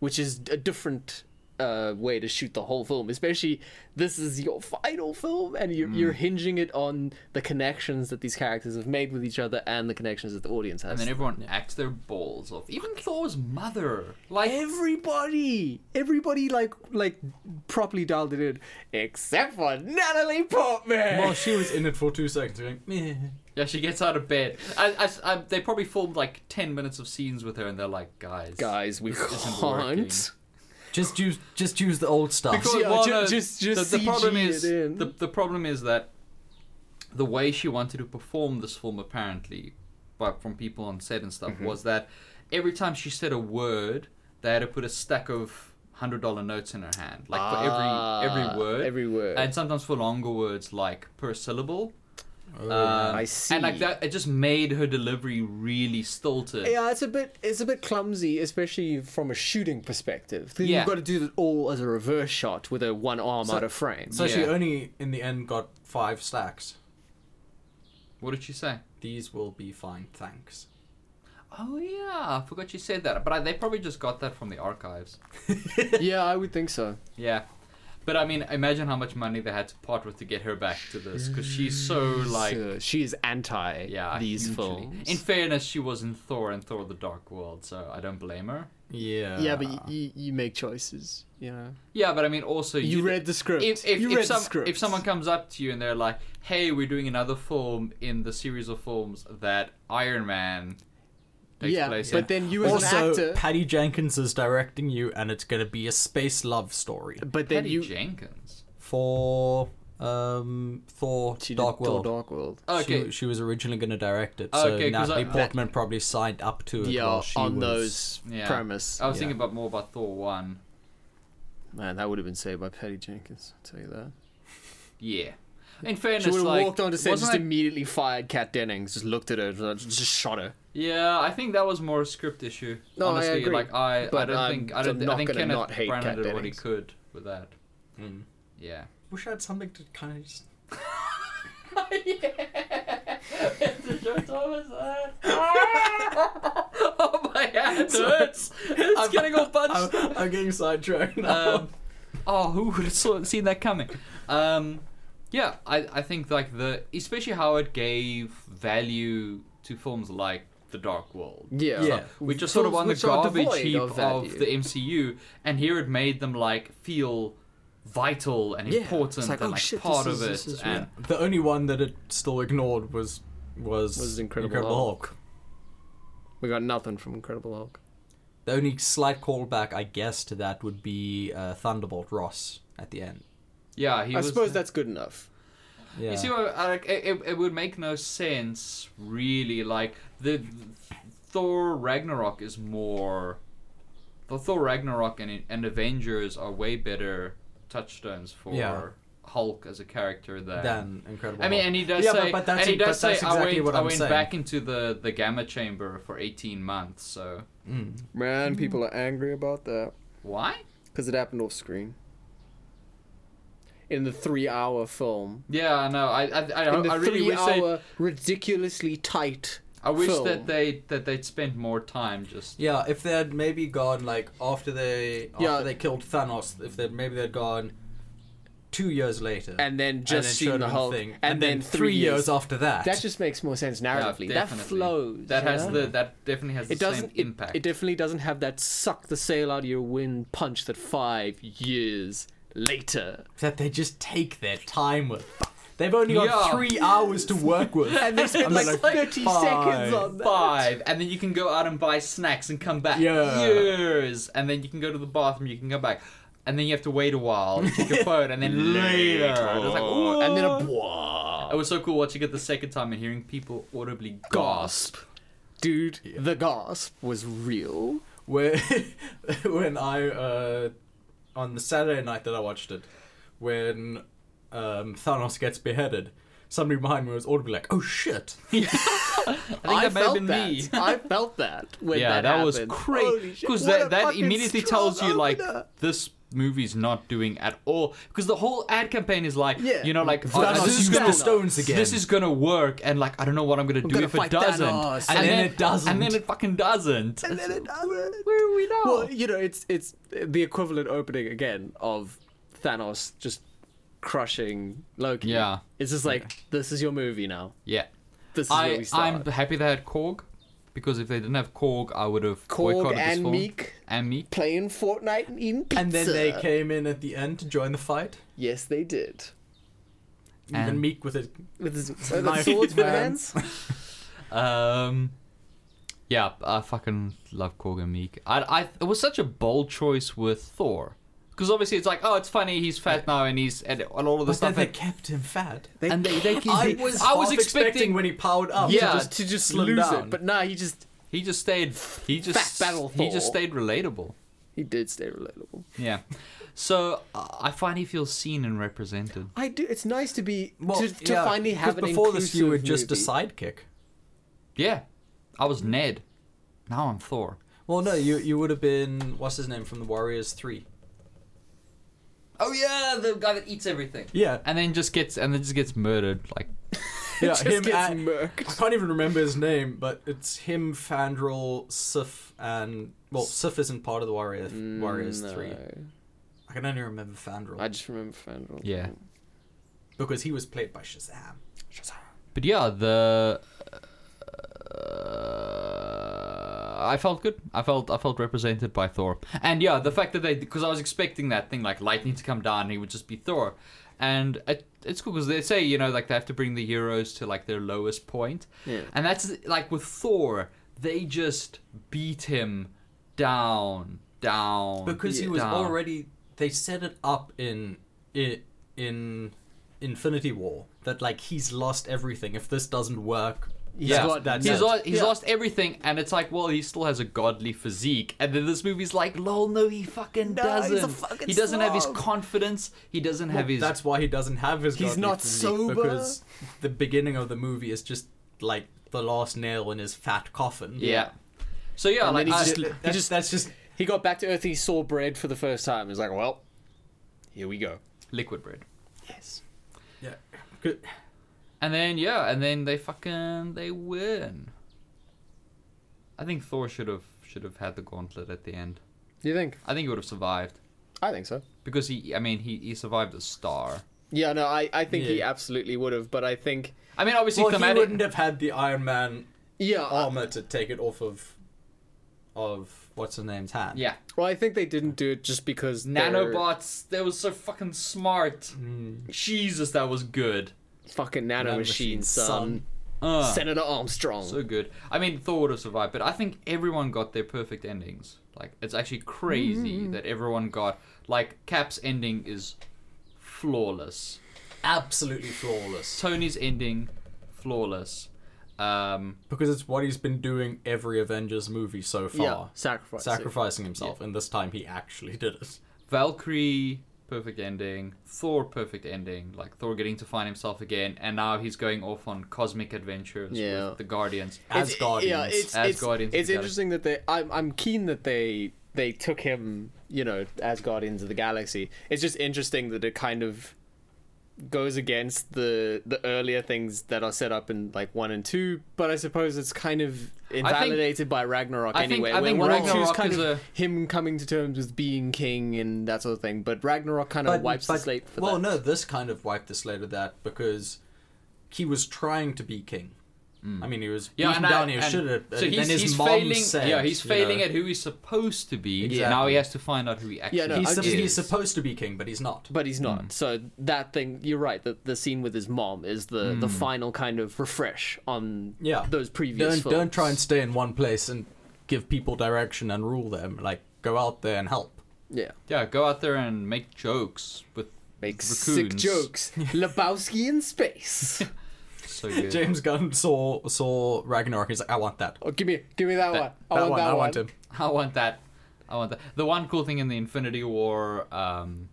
Speaker 3: which is a different uh, way to shoot the whole film, especially this is your final film, and you're,
Speaker 1: Mm.
Speaker 3: you're hinging it on the connections that these characters have made with each other and the connections that the audience has.
Speaker 1: and then everyone acts their balls off. Even Thor's mother, like
Speaker 3: everybody, everybody, like like properly dialed it in, except for Natalie Portman.
Speaker 2: Well, she was in it for two seconds, going, meh.
Speaker 1: yeah, she gets out of bed. I, I s- I- they probably filmed like ten minutes of scenes with her, and they're like, guys,
Speaker 3: guys, we
Speaker 1: isn't working.
Speaker 3: can't.
Speaker 2: Just use, just use the old stuff.
Speaker 1: Because,
Speaker 3: Yeah,
Speaker 1: well,
Speaker 3: ju-
Speaker 1: no,
Speaker 3: just-
Speaker 1: the-
Speaker 3: just
Speaker 1: the, problem
Speaker 3: CG it
Speaker 1: is
Speaker 3: in.
Speaker 1: the, the problem is that the way she wanted to perform this film apparently, but from people on set and
Speaker 3: Mm-hmm.
Speaker 1: stuff, was that every time she said a word, they had to put a stack of hundred dollar notes in her hand, like for every
Speaker 3: Ah,
Speaker 1: every word,
Speaker 3: every word.
Speaker 1: and sometimes for longer words like per syllable. Um,
Speaker 3: I
Speaker 1: And like
Speaker 3: see.
Speaker 1: that, it just made her delivery really stilted.
Speaker 3: Yeah, it's a bit it's a bit clumsy, especially from a shooting perspective. Then
Speaker 1: Yeah.
Speaker 3: You've got to do it all as a reverse shot with a one arm out of frame.
Speaker 2: So she
Speaker 1: Yeah.
Speaker 2: only, in the end, got five stacks.
Speaker 1: What did she say?
Speaker 2: These will be fine, thanks.
Speaker 1: Oh yeah, I forgot you said that. But I, they probably just got that from the archives.
Speaker 3: yeah, I would think so.
Speaker 1: Yeah. But I mean, imagine how much money they had to part with to get her back to this, because she's so like,
Speaker 3: So she is anti
Speaker 1: yeah,
Speaker 3: these
Speaker 1: hugely.
Speaker 3: films.
Speaker 1: In fairness, she was in Thor and Thor: The Dark World, so I don't blame her.
Speaker 2: Yeah.
Speaker 3: yeah, but you, you make choices, you know.
Speaker 1: Yeah, but I mean, also
Speaker 3: You read the script.
Speaker 1: If if,
Speaker 3: You
Speaker 1: if,
Speaker 3: read the
Speaker 1: some-
Speaker 3: script.
Speaker 1: if someone comes up to you and they're like, "Hey, we're doing another film in the series of films that Iron Man takes
Speaker 3: Yeah,
Speaker 1: place in,"
Speaker 3: but then you as an
Speaker 2: also,
Speaker 3: actor,
Speaker 2: Patty Jenkins is directing you, and it's gonna be a space love story
Speaker 3: but then
Speaker 1: Patty
Speaker 3: you
Speaker 1: Jenkins.
Speaker 2: for um Thor
Speaker 3: She did
Speaker 2: Dark
Speaker 3: Thor
Speaker 2: World.
Speaker 3: Dark World.
Speaker 1: Okay,
Speaker 2: She, she was originally going to direct it, so
Speaker 1: Okay, 'cause
Speaker 2: Natalie
Speaker 1: I-
Speaker 2: Portman probably signed up to it.
Speaker 3: Yeah,
Speaker 2: while she
Speaker 3: on
Speaker 2: was...
Speaker 3: those
Speaker 1: yeah.
Speaker 3: premise.
Speaker 1: I was
Speaker 2: Yeah.
Speaker 1: thinking about more about Thor one.
Speaker 3: Man, that would have been saved by Patty Jenkins, I'll tell you that.
Speaker 1: Yeah. In fairness,
Speaker 3: She would have
Speaker 1: like,
Speaker 3: walked onto set,
Speaker 1: wasn't
Speaker 3: just
Speaker 1: that-
Speaker 3: immediately fired Kat Dennings, just looked at her, just shot her.
Speaker 1: Yeah, I think that was more a script issue.
Speaker 3: No, I
Speaker 1: honestly,
Speaker 3: agree.
Speaker 1: like I, I
Speaker 3: But
Speaker 1: don't
Speaker 3: I'm-
Speaker 1: think I don't
Speaker 3: I'm
Speaker 1: thi- I
Speaker 3: not
Speaker 1: think
Speaker 3: gonna
Speaker 1: Kenneth
Speaker 3: not hate
Speaker 1: Branagh
Speaker 3: Kat
Speaker 1: did what he
Speaker 3: Dennings.
Speaker 1: could with that. Hmm. Yeah.
Speaker 2: Wish I had something to kind of just.
Speaker 1: uh, oh my hand hurts! I'm getting all
Speaker 2: I'm,
Speaker 1: punched.
Speaker 2: I'm getting sidetracked now.
Speaker 1: Um, oh, who would have saw, seen that coming? Um, yeah, I, I think like the especially how it gave value to films like The Dark World.
Speaker 3: Yeah.
Speaker 2: Yeah.
Speaker 1: we just sort of
Speaker 3: Films
Speaker 1: on the
Speaker 3: which are
Speaker 1: garbage
Speaker 3: devoid
Speaker 1: heap
Speaker 3: of
Speaker 1: of,
Speaker 3: value.
Speaker 1: the MCU, and here it made them like feel vital and
Speaker 3: Yeah,
Speaker 1: important
Speaker 3: it's like,
Speaker 1: and
Speaker 3: oh
Speaker 1: like
Speaker 3: shit,
Speaker 1: part
Speaker 3: this
Speaker 1: of
Speaker 3: is-
Speaker 1: it.
Speaker 3: this is
Speaker 1: and
Speaker 3: real.
Speaker 2: the only one that it still ignored was was,
Speaker 3: Was Incredible Hulk.
Speaker 2: Hulk.
Speaker 3: We got nothing from Incredible Hulk.
Speaker 2: The only slight callback, I guess, to that would be uh, Thunderbolt Ross at the end.
Speaker 1: Yeah, he
Speaker 3: I
Speaker 1: was.
Speaker 3: suppose that's good enough.
Speaker 2: Yeah.
Speaker 1: You see, what, I- like it, it- it would make no sense, really. Like the Thor Ragnarok is more. The Thor Ragnarok and and Avengers are way better touchstones for
Speaker 2: Yeah.
Speaker 1: Hulk as a character than.
Speaker 2: Than Incredible.
Speaker 1: I mean,
Speaker 2: Hulk.
Speaker 1: and he does
Speaker 2: yeah,
Speaker 1: say,
Speaker 2: but, but that's, e-
Speaker 1: and he
Speaker 2: but
Speaker 1: does say,
Speaker 2: that's exactly
Speaker 1: I went,
Speaker 2: what
Speaker 1: I
Speaker 2: I'm
Speaker 1: went
Speaker 2: saying.
Speaker 1: back into the, the gamma chamber for 18 months, so
Speaker 2: Mm.
Speaker 3: Man,
Speaker 1: Hmm.
Speaker 3: people are angry about that
Speaker 1: why?
Speaker 3: because it happened off screen. In the three-hour film,
Speaker 1: Yeah, I know. I I, I,
Speaker 3: in the
Speaker 1: I really wish they,
Speaker 3: three-hour ridiculously tight.
Speaker 1: I wish
Speaker 3: film.
Speaker 1: that they that they'd spent more time just.
Speaker 2: Yeah, if they had maybe gone like after they after
Speaker 3: Yeah.
Speaker 2: they killed Thanos, if they maybe they'd gone two years later
Speaker 3: And then just seen
Speaker 2: showed
Speaker 3: the
Speaker 2: him
Speaker 3: Hulk,
Speaker 2: thing,
Speaker 3: and then
Speaker 2: three
Speaker 3: three
Speaker 2: years,
Speaker 3: years.
Speaker 2: after that.
Speaker 3: That just makes more sense narratively. that
Speaker 1: definitely.
Speaker 3: flows.
Speaker 1: That
Speaker 3: you
Speaker 1: has
Speaker 3: know?
Speaker 1: the that definitely has the
Speaker 3: it doesn't
Speaker 1: same
Speaker 3: it-
Speaker 1: impact.
Speaker 3: It, definitely doesn't have that suck the sail out of your wind punch that five years later.
Speaker 2: that they just take their time with. They've only got
Speaker 1: Yeah.
Speaker 2: three hours to work with,
Speaker 3: And they spend
Speaker 2: I'm
Speaker 3: like,
Speaker 2: like,
Speaker 3: 30
Speaker 2: fine.
Speaker 3: seconds on that.
Speaker 1: Five, and then you can go out and buy snacks and come back
Speaker 2: Yeah.
Speaker 1: years, and then you can go to the bathroom, you can come back, and then you have to wait a while, you check your phone, and then later, and, it's like,
Speaker 3: Oh.
Speaker 1: "Ooh," and then a, it was so cool watching it the second time and hearing people audibly gasp.
Speaker 3: Dude, the gasp was real.
Speaker 2: where when I uh, on the Saturday night that I watched it, when um, Thanos gets beheaded, somebody behind me was audibly like, "Oh shit!"
Speaker 1: I think that may have
Speaker 3: felt
Speaker 1: been
Speaker 3: that.
Speaker 1: me.
Speaker 3: I felt that when
Speaker 1: yeah,
Speaker 3: that,
Speaker 1: that, was
Speaker 3: happened. Holy
Speaker 1: crazy
Speaker 3: shit,
Speaker 1: because
Speaker 3: what a
Speaker 1: that, that
Speaker 3: fucking
Speaker 1: immediately
Speaker 3: strong
Speaker 1: tells you like
Speaker 3: opener.
Speaker 1: this movie's not doing at all because the whole ad campaign is like
Speaker 3: Yeah.
Speaker 1: you know like oh,
Speaker 2: Thanos
Speaker 1: this is
Speaker 2: used
Speaker 1: gonna
Speaker 2: the stones again.
Speaker 1: this is gonna work and like I don't know what I'm gonna do
Speaker 3: gonna
Speaker 1: if it
Speaker 3: fight
Speaker 1: doesn't
Speaker 3: Thanos.
Speaker 2: And then it doesn't.
Speaker 1: and then it fucking doesn't
Speaker 3: And then it doesn't.
Speaker 1: where are we now
Speaker 3: Well, you know, it's it's the equivalent opening again of Thanos just crushing Loki.
Speaker 1: Yeah.
Speaker 3: It's just like this is your movie now.
Speaker 1: yeah
Speaker 3: This is where
Speaker 1: I
Speaker 3: we start.
Speaker 1: I'm happy they had Korg because if they didn't have Korg I would have
Speaker 3: Korg
Speaker 1: boycotted this
Speaker 3: and
Speaker 1: film
Speaker 3: Meek.
Speaker 1: and Meek
Speaker 3: playing Fortnite and eating pizza.
Speaker 2: And then they came in at the end to join the fight.
Speaker 3: Yes, they did.
Speaker 2: Even
Speaker 1: And-
Speaker 2: Meek with it.
Speaker 3: With his uh,
Speaker 2: Knife
Speaker 3: the swords
Speaker 2: in
Speaker 3: for
Speaker 2: his
Speaker 3: hands.
Speaker 1: Um, yeah, I fucking love Korg and Meek. I, I, it was such a bold choice with Thor, because obviously it's like, oh, it's funny, he's fat now, and he's and all of the
Speaker 2: But then
Speaker 1: stuff.
Speaker 2: they
Speaker 1: and-
Speaker 2: kept him fat.
Speaker 1: and they, they, they,
Speaker 2: I was,
Speaker 1: I was
Speaker 2: half
Speaker 1: expecting
Speaker 2: when he powered up.
Speaker 1: Yeah,
Speaker 2: to just, to just slim
Speaker 3: lose
Speaker 2: down.
Speaker 3: it, but nah, he just
Speaker 1: he just stayed, he just
Speaker 3: Fat battle
Speaker 1: he just
Speaker 3: Thor.
Speaker 1: stayed relatable.
Speaker 3: he did stay relatable.
Speaker 1: Yeah, so uh, I finally feel seen and represented.
Speaker 3: I do. It's nice to be
Speaker 2: Well,
Speaker 3: to, to
Speaker 2: yeah,
Speaker 3: finally
Speaker 2: 'cause
Speaker 3: have an
Speaker 2: before this, you were
Speaker 3: inclusive
Speaker 2: just a
Speaker 3: movie.
Speaker 2: sidekick.
Speaker 1: Yeah, I was Ned, now I'm Thor.
Speaker 2: Well, no, you you would have been what's his name from the Warriors Three.
Speaker 1: Oh yeah, the guy that eats everything.
Speaker 2: Yeah,
Speaker 1: And then just gets and then just gets murdered like
Speaker 2: yeah,
Speaker 3: just
Speaker 2: him
Speaker 3: gets
Speaker 2: and-
Speaker 3: murked.
Speaker 2: I can't even remember his name, but it's him, Fandral, Sif, and well, Sif isn't part of the Warrior Warriors Three. I can only remember Fandral
Speaker 3: Mm, I just remember Fandral.
Speaker 1: yeah.
Speaker 2: because he was played by Shazam.
Speaker 1: But yeah, the uh, I felt good. I felt I felt represented by Thor. And yeah, the fact that they because I was expecting that thing like lightning to come down and he would just be Thor. And it, it's cool because they say you know like they have to bring the heroes to like their lowest point.
Speaker 3: Yeah.
Speaker 1: And that's like with Thor, they just beat him down,
Speaker 3: Oh,
Speaker 1: down
Speaker 2: because he was
Speaker 1: down.
Speaker 2: already they set it up in in in Infinity War that like he's lost everything if this doesn't work.
Speaker 1: Yeah,
Speaker 2: that's- that's
Speaker 1: he's,
Speaker 2: it.
Speaker 1: lost, he's
Speaker 2: Yeah.
Speaker 1: lost everything, and it's like, well, he still has a godly physique, and then this movie's like, lol, no, he fucking
Speaker 3: No, he's a
Speaker 1: doesn't.
Speaker 3: fucking
Speaker 1: he doesn't have his
Speaker 3: slob.
Speaker 1: confidence. He doesn't have his.
Speaker 2: That's why he doesn't have his.
Speaker 3: He's
Speaker 2: godly
Speaker 3: not
Speaker 2: physique,
Speaker 3: sober.
Speaker 2: because the beginning of the movie is just like the last nail in his fat coffin.
Speaker 1: yeah. So yeah,
Speaker 3: And
Speaker 1: like uh,
Speaker 3: then
Speaker 1: I,
Speaker 3: he's
Speaker 2: That's-
Speaker 3: He just-
Speaker 2: that's just
Speaker 3: He got back to Earth. He saw bread for the first time. He's like, well, here we go.
Speaker 1: liquid bread,
Speaker 3: Yes.
Speaker 2: yeah. Good.
Speaker 1: and then yeah, and then they fucking they win. I think Thor should have should have had the gauntlet at the end.
Speaker 3: You think?
Speaker 1: I think he would have survived
Speaker 3: I think so.
Speaker 1: because he, I mean, he he survived a star.
Speaker 3: Yeah, no, I, I think he
Speaker 2: Yeah.
Speaker 3: absolutely would have, but I think
Speaker 1: I mean, obviously,
Speaker 2: Well, he
Speaker 1: thematic-
Speaker 2: wouldn't have had the Iron Man
Speaker 3: yeah, I-
Speaker 2: armor to take it off of of what's his name's hand.
Speaker 1: yeah,
Speaker 3: well, I think they didn't do it just because they're
Speaker 1: nanobots. They were so fucking smart. Jesus, that was good.
Speaker 3: fucking nanomachine,
Speaker 2: Nanomachine,
Speaker 3: son.
Speaker 2: son.
Speaker 1: Uh,
Speaker 3: Senator Armstrong.
Speaker 1: so good. I mean, Thor would have survived, but I think everyone got their perfect endings. Like, it's actually crazy that everyone got. Like, Cap's ending is flawless.
Speaker 2: Absolutely flawless.
Speaker 1: Tony's ending, flawless. Um,
Speaker 2: Because it's what he's been doing every Avengers movie so far.
Speaker 3: yeah, sacrifice.
Speaker 2: Sacrificing himself, and this time he actually did it.
Speaker 1: Valkyrie, perfect ending. Thor, perfect ending. Like Thor getting to find himself again, and now he's going off on cosmic adventures
Speaker 3: Yeah.
Speaker 1: with the Guardians.
Speaker 2: As Guardians.
Speaker 3: Yeah, it's,
Speaker 1: As
Speaker 3: it's,
Speaker 1: Guardians of
Speaker 3: it's
Speaker 1: the
Speaker 3: interesting that they. I'm, I'm keen that they they took him. You know, as Guardians of the Galaxy. It's just interesting that it kind of goes against the the earlier things that are set up in like one and two. But I suppose it's kind of invalidated by Ragnarok
Speaker 1: I think-
Speaker 3: anyway.
Speaker 1: I think
Speaker 3: where one and two is
Speaker 1: Ragnarok
Speaker 3: kind
Speaker 1: is
Speaker 3: of
Speaker 1: a-
Speaker 3: him coming to terms with being king and that sort of thing. But Ragnarok kind of wipes the slate for
Speaker 2: well,
Speaker 3: that.
Speaker 2: no, this kind of wiped the slate of that because he was trying to be king. I mean, he was
Speaker 1: Yeah,
Speaker 2: beaten
Speaker 1: and I-
Speaker 2: down. He
Speaker 1: and-
Speaker 2: should have.
Speaker 1: So
Speaker 2: and
Speaker 1: he's,
Speaker 2: then his
Speaker 1: he's
Speaker 2: mom
Speaker 1: failing.
Speaker 2: said,
Speaker 1: yeah, he's
Speaker 2: you
Speaker 1: failing
Speaker 2: know,
Speaker 1: at who he's supposed to be.
Speaker 2: Exactly.
Speaker 1: Now he has to find out who he actually
Speaker 3: Yeah, no,
Speaker 2: He's,
Speaker 3: I
Speaker 2: sup-
Speaker 3: get
Speaker 2: he's
Speaker 1: is.
Speaker 2: supposed to be king, but he's not.
Speaker 3: but he's
Speaker 2: Hmm.
Speaker 3: not. So that thing, you're right. The the scene with his mom is the the final kind of refresh on
Speaker 2: Hmm. yeah,
Speaker 3: those previous.
Speaker 2: Don't
Speaker 3: films.
Speaker 2: don't try and stay in one place and give people direction and rule them. Like, go out there and help.
Speaker 3: yeah
Speaker 1: yeah, go out there and make jokes with
Speaker 3: make sick
Speaker 1: raccoons.
Speaker 3: jokes. Lebowski in space.
Speaker 1: So good.
Speaker 2: James Gunn saw saw Ragnarok. He's like, I want that.
Speaker 3: oh, give me give me that, one.
Speaker 2: that
Speaker 3: I want
Speaker 2: one.
Speaker 3: that
Speaker 2: I
Speaker 3: one.
Speaker 2: want him.
Speaker 1: I want that. I want that. The one cool thing in the Infinity War, um,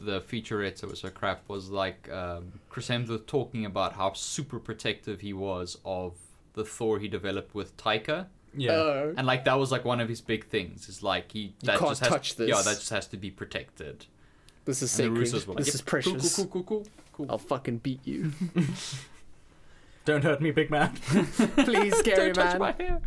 Speaker 1: the featurettes that was so crap was like um, Chris Hemsworth talking about how super protective he was of the Thor he developed with Taika.
Speaker 2: Yeah.
Speaker 3: Oh.
Speaker 1: And like that was like one of his big things. Is like he that
Speaker 3: can't
Speaker 1: just has,
Speaker 3: touch this.
Speaker 1: Yeah, that just has to be protected.
Speaker 3: this is
Speaker 1: And the
Speaker 3: sacred.
Speaker 1: Russos were like,
Speaker 3: this
Speaker 1: "Yep,
Speaker 3: is precious.
Speaker 1: Cool, cool, cool, cool, cool.
Speaker 3: I'll fucking beat you,
Speaker 2: Don't hurt me, big man.
Speaker 3: please, scary
Speaker 1: Don't touch
Speaker 3: man.
Speaker 1: my hair.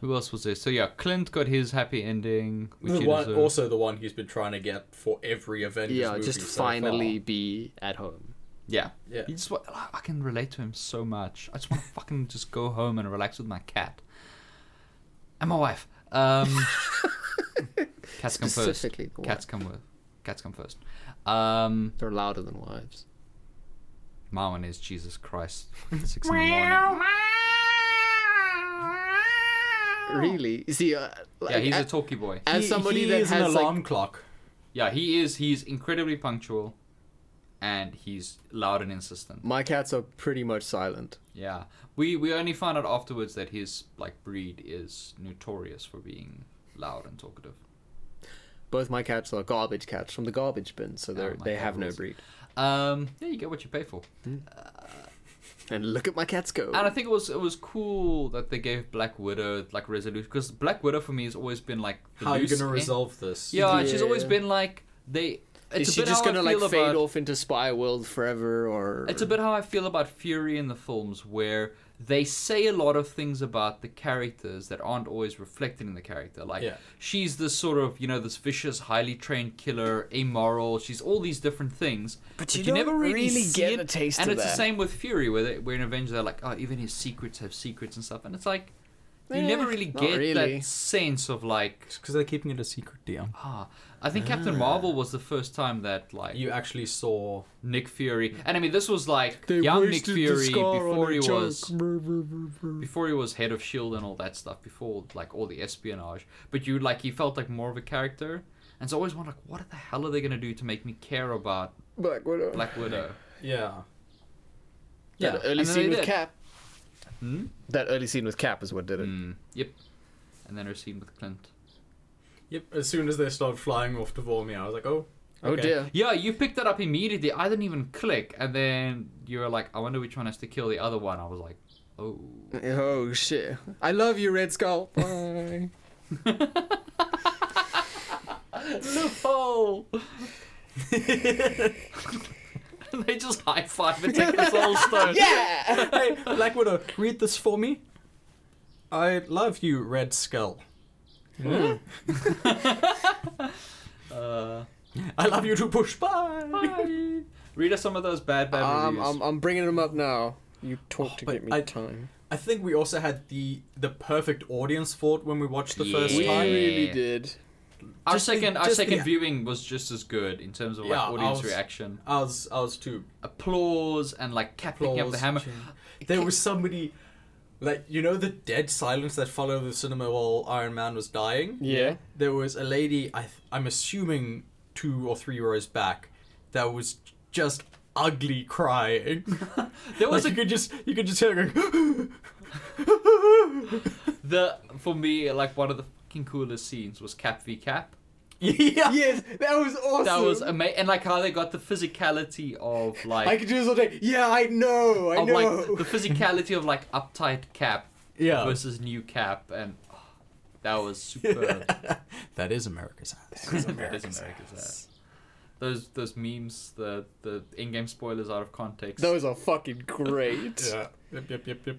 Speaker 1: Who else was there? So yeah, Clint got his happy ending. Which
Speaker 2: the
Speaker 1: he
Speaker 2: one,
Speaker 1: deserved.
Speaker 2: also the one he's been trying to get for every Avengers
Speaker 3: Yeah,
Speaker 2: movie
Speaker 3: just
Speaker 2: so
Speaker 3: finally
Speaker 2: far.
Speaker 3: be at home.
Speaker 1: Yeah.
Speaker 2: Yeah.
Speaker 1: He just, wa- I can relate to him so much. I just want to fucking just go home and relax with my cat. And my wife. Um, cats come first.
Speaker 3: Specifically, the
Speaker 1: Cats come with. Cats come first. Um,
Speaker 3: They're louder than wives.
Speaker 1: my one is Jesus Christ. Six in the morning.
Speaker 3: Really? You See, uh, like,
Speaker 1: Yeah, he's
Speaker 3: a-
Speaker 1: a talky boy.
Speaker 3: as
Speaker 2: He-
Speaker 3: somebody
Speaker 2: he
Speaker 3: that
Speaker 2: is
Speaker 3: has
Speaker 2: an
Speaker 3: like,
Speaker 2: alarm clock.
Speaker 1: Yeah, he is. He's incredibly punctual, and he's loud and insistent.
Speaker 3: my cats are pretty much silent.
Speaker 1: Yeah, we we only found out afterwards that his like breed is notorious for being loud and talkative.
Speaker 3: Both my cats are garbage cats from the garbage bin, so they are
Speaker 1: Oh my
Speaker 3: they have no
Speaker 1: goggles.
Speaker 3: breed.
Speaker 1: Um, yeah, you get what you pay for.
Speaker 3: And look at my cats go.
Speaker 1: And I think it was it was cool that they gave Black Widow like resolution because Black Widow for me has always been like the
Speaker 2: How are you
Speaker 1: loose
Speaker 2: going to
Speaker 1: end-
Speaker 2: resolve this?
Speaker 1: Yeah, and she's always
Speaker 3: Yeah.
Speaker 1: been like they. It's
Speaker 3: Is
Speaker 1: a
Speaker 3: she
Speaker 1: bit
Speaker 3: just
Speaker 1: how I
Speaker 3: gonna like
Speaker 1: feel
Speaker 3: fade
Speaker 1: about-
Speaker 3: off into Spy World forever, or
Speaker 1: It's a bit how I feel about Fury in the films, where they say a lot of things about the characters that aren't always reflected in the character. Like
Speaker 2: Yeah.
Speaker 1: she's this sort of you know this vicious, highly trained killer, amoral. She's all these different things, but
Speaker 3: you don't really
Speaker 1: see
Speaker 3: get a taste
Speaker 1: And
Speaker 3: of
Speaker 1: it's the
Speaker 3: that.
Speaker 1: same with Fury, where they, where in Avengers they're like, oh, even his secrets have secrets and stuff, and it's like. You
Speaker 3: Eh,
Speaker 1: never really
Speaker 3: not
Speaker 1: get
Speaker 3: really.
Speaker 1: that sense of like,
Speaker 2: because they're keeping it a secret, Dion.
Speaker 1: ah. I think Captain Marvel was the first time that like
Speaker 2: You actually saw.
Speaker 1: Nick Fury, and I mean this was like young Nick Fury before he was before he was head of Shield E and all that stuff, before like all the espionage. But you like he felt like more of a character, and so I always wondered like, what the hell are they gonna do to make me care about
Speaker 3: Black Widow.
Speaker 1: Black Widow?
Speaker 2: Yeah. uh,
Speaker 3: That
Speaker 2: Yeah.
Speaker 3: early
Speaker 1: and then
Speaker 3: scene
Speaker 1: they
Speaker 3: with
Speaker 1: did.
Speaker 3: Cap. That early scene with Cap is what did it.
Speaker 1: Mm, yep. And then her scene with Clint.
Speaker 2: Yep. As soon as they started flying off to Vormir, I was like, oh.
Speaker 3: Oh
Speaker 2: okay.
Speaker 3: dear.
Speaker 1: Yeah, you picked that up immediately. I didn't even click, and then you were like, I wonder which one has to kill the other one. I was like, oh.
Speaker 3: Oh shit. I love you, Red Skull. Bye.
Speaker 1: loophole. and they just high five and take this whole stone.
Speaker 3: yeah.
Speaker 2: hey, Black Widow, read this for me. I love you, Red Skull.
Speaker 1: Uh,
Speaker 2: I love you to push by.
Speaker 1: bye. Read us some of those bad, bad
Speaker 3: um,
Speaker 1: reviews.
Speaker 3: I'm I'm bringing them up now. You talk to
Speaker 2: but
Speaker 3: get me
Speaker 2: I-
Speaker 3: time.
Speaker 2: I think we also had the the perfect audience for it when we watched the first
Speaker 1: Yeah.
Speaker 3: We
Speaker 2: time.
Speaker 3: really did.
Speaker 1: Our
Speaker 2: Just the-
Speaker 1: second, our
Speaker 2: just
Speaker 1: second
Speaker 2: the-
Speaker 1: viewing was just as good in terms of like
Speaker 2: Yeah,
Speaker 1: audience
Speaker 2: ours-
Speaker 1: reaction,
Speaker 2: ours, ours too.
Speaker 1: applause, and like ca- picking up the
Speaker 2: Applause,
Speaker 1: hammer.
Speaker 2: cheer. There was somebody, like you know, the dead silence that followed the cinema while Iron Man was dying.
Speaker 3: Yeah.
Speaker 2: There was a lady. I th- I'm assuming two or three rows back, that was just ugly crying.
Speaker 1: There was a-
Speaker 2: like, you could just you could just hear her going.
Speaker 1: The for me, like one of the fucking coolest scenes was Cap v Cap.
Speaker 2: yeah.
Speaker 3: Yes, that was awesome.
Speaker 1: That was amazing, and like how they got the physicality of like
Speaker 3: I could do this all day. Yeah, I know. I
Speaker 1: of
Speaker 3: know.
Speaker 1: like the physicality of like uptight Cap
Speaker 2: Yeah.
Speaker 1: versus new Cap, and oh, that was superb.
Speaker 2: that is America's ass.
Speaker 1: That is America's ass. Those those memes, the the in-game spoilers out of context.
Speaker 3: Those are fucking great.
Speaker 2: Yep, yep, yep, yep.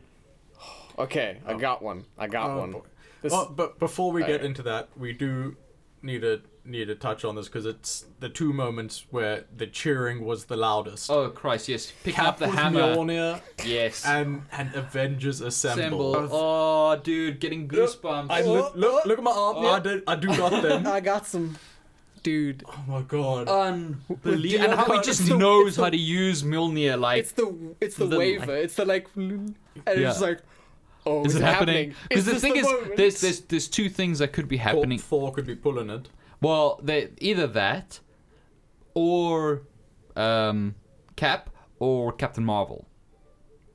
Speaker 3: Okay, I got one. I got
Speaker 2: Oh,
Speaker 3: one.
Speaker 2: boy.
Speaker 3: This-
Speaker 2: Oh, but before we get
Speaker 3: Okay.
Speaker 2: into that, we do need to need to touch on this because it's the two moments where the cheering was the loudest.
Speaker 1: Oh Christ! Yes, pick
Speaker 2: Cap
Speaker 1: up the
Speaker 2: with
Speaker 1: hammer.
Speaker 2: Mjolnir
Speaker 1: Yes.
Speaker 2: and and Avengers
Speaker 1: Symbol.
Speaker 2: Assemble.
Speaker 1: Oh, dude, getting goosebumps.
Speaker 2: I look, look, look at my arm.
Speaker 1: Oh.
Speaker 2: I, do, I do got them.
Speaker 3: I got some. Dude,
Speaker 2: oh my god.
Speaker 1: Uh, unbelievable. And how he
Speaker 2: It's
Speaker 1: just
Speaker 2: the-
Speaker 1: knows how to use Milner. Like,
Speaker 3: it's the it's the,
Speaker 1: The-
Speaker 3: waver. it's the like, and it's
Speaker 1: Yeah.
Speaker 3: just like, oh,
Speaker 1: is it happening? Because
Speaker 3: Is
Speaker 1: the
Speaker 3: this
Speaker 1: thing
Speaker 3: the
Speaker 1: is,
Speaker 3: moment?
Speaker 1: there's there's there's two things that could be
Speaker 2: Thor-
Speaker 1: happening.
Speaker 2: Thor could be pulling it.
Speaker 1: Well, they, either that, or um, Cap or Captain Marvel.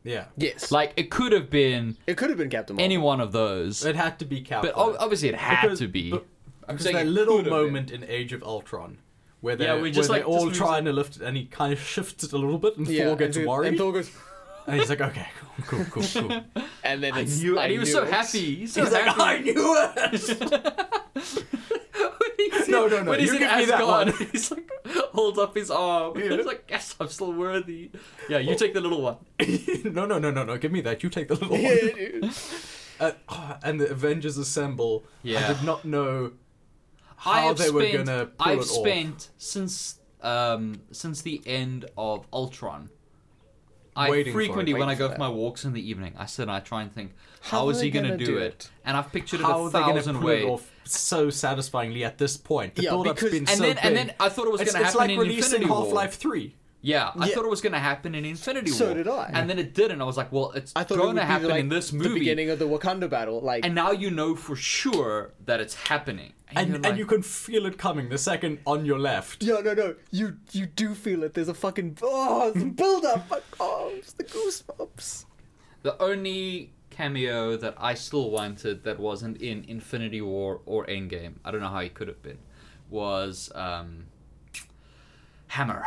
Speaker 2: Yeah.
Speaker 3: yes, like
Speaker 1: Like it could have been
Speaker 3: it could have been Captain Marvel.
Speaker 1: any one of those,
Speaker 2: It had to be Cap.
Speaker 1: but
Speaker 2: though.
Speaker 1: ob- obviously it had
Speaker 2: Because-
Speaker 1: to be.
Speaker 2: but-
Speaker 1: I'm
Speaker 2: Because
Speaker 1: saying
Speaker 2: that
Speaker 1: it
Speaker 2: little
Speaker 1: could have been.
Speaker 2: moment in Age of Ultron, where they're,
Speaker 1: Yeah, we just,
Speaker 2: where
Speaker 1: like,
Speaker 2: they're all
Speaker 1: just
Speaker 2: trying to lift it, and he kind of shifts it a little bit, and
Speaker 3: Yeah,
Speaker 2: Thor gets
Speaker 3: and,
Speaker 2: worried,
Speaker 3: And
Speaker 2: and,
Speaker 3: Thor goes,
Speaker 2: he's like, "Okay, cool, cool, cool." cool.
Speaker 3: and then it's,
Speaker 1: You-
Speaker 3: I
Speaker 1: and he was
Speaker 3: knew
Speaker 1: so
Speaker 3: it.
Speaker 1: happy. He's so
Speaker 2: he's like,
Speaker 1: happy.
Speaker 2: "I knew it."
Speaker 1: When he's
Speaker 2: No,
Speaker 1: in-
Speaker 2: no, no,
Speaker 1: When he's
Speaker 2: you
Speaker 1: in
Speaker 2: give me that
Speaker 1: Asgard,
Speaker 2: one.
Speaker 1: he's like holds up his arm.
Speaker 2: Yeah.
Speaker 1: He's like, yes, I'm still worthy. Yeah, you take the little one.
Speaker 2: no, no, no, no, no. Give me that. You take the little
Speaker 3: Yeah,
Speaker 2: one.
Speaker 3: dude.
Speaker 2: Uh, ah, and the Avengers assemble.
Speaker 1: Yeah.
Speaker 2: I did not know how
Speaker 1: I have
Speaker 2: they
Speaker 1: spent,
Speaker 2: were gonna pull
Speaker 1: I've
Speaker 2: it
Speaker 1: spent since um since the end of Ultron. I
Speaker 2: Waiting for it,
Speaker 1: frequently, when I
Speaker 3: waiting
Speaker 1: go
Speaker 3: for
Speaker 1: for
Speaker 3: that.
Speaker 1: my walks in the evening, I sit and I try and think,
Speaker 3: How
Speaker 1: how
Speaker 3: are
Speaker 1: is
Speaker 3: they
Speaker 1: he going to
Speaker 3: gonna
Speaker 1: do,
Speaker 3: do
Speaker 1: it?
Speaker 3: it?
Speaker 1: And I've pictured
Speaker 2: off. How
Speaker 1: it a
Speaker 2: are they going to
Speaker 1: thousand
Speaker 2: pull it
Speaker 1: ways.
Speaker 2: off so satisfyingly at this point? The
Speaker 3: Yeah,
Speaker 2: build-up's
Speaker 3: because-
Speaker 2: been
Speaker 3: and
Speaker 1: And
Speaker 2: so
Speaker 1: then, and
Speaker 2: big.
Speaker 1: then I thought it was going
Speaker 2: it's,
Speaker 1: to
Speaker 2: it's
Speaker 1: happen
Speaker 2: like
Speaker 1: in
Speaker 2: releasing
Speaker 1: Infinity War.
Speaker 2: Half-Life Three.
Speaker 1: Yeah, I
Speaker 3: Yeah.
Speaker 1: thought it was going to happen in Infinity
Speaker 3: So
Speaker 1: War.
Speaker 3: did I.
Speaker 1: And then it didn't. I was like, well, it's
Speaker 3: I thought it
Speaker 1: going
Speaker 3: would
Speaker 1: to
Speaker 3: be
Speaker 1: happen
Speaker 3: like
Speaker 1: in this
Speaker 3: the
Speaker 1: movie.
Speaker 3: beginning of the Wakanda battle, like
Speaker 1: and now you know for sure that it's happening.
Speaker 2: and
Speaker 1: you're
Speaker 2: and
Speaker 1: like,
Speaker 2: you can feel it coming the second on your left.
Speaker 3: No, no, no. You you do feel it. There's a fucking oh, it's a build up. Oh, it's the goosebumps.
Speaker 1: the only cameo that I still wanted that wasn't in Infinity War or Endgame, I don't know how he could have been, was um, Hammer.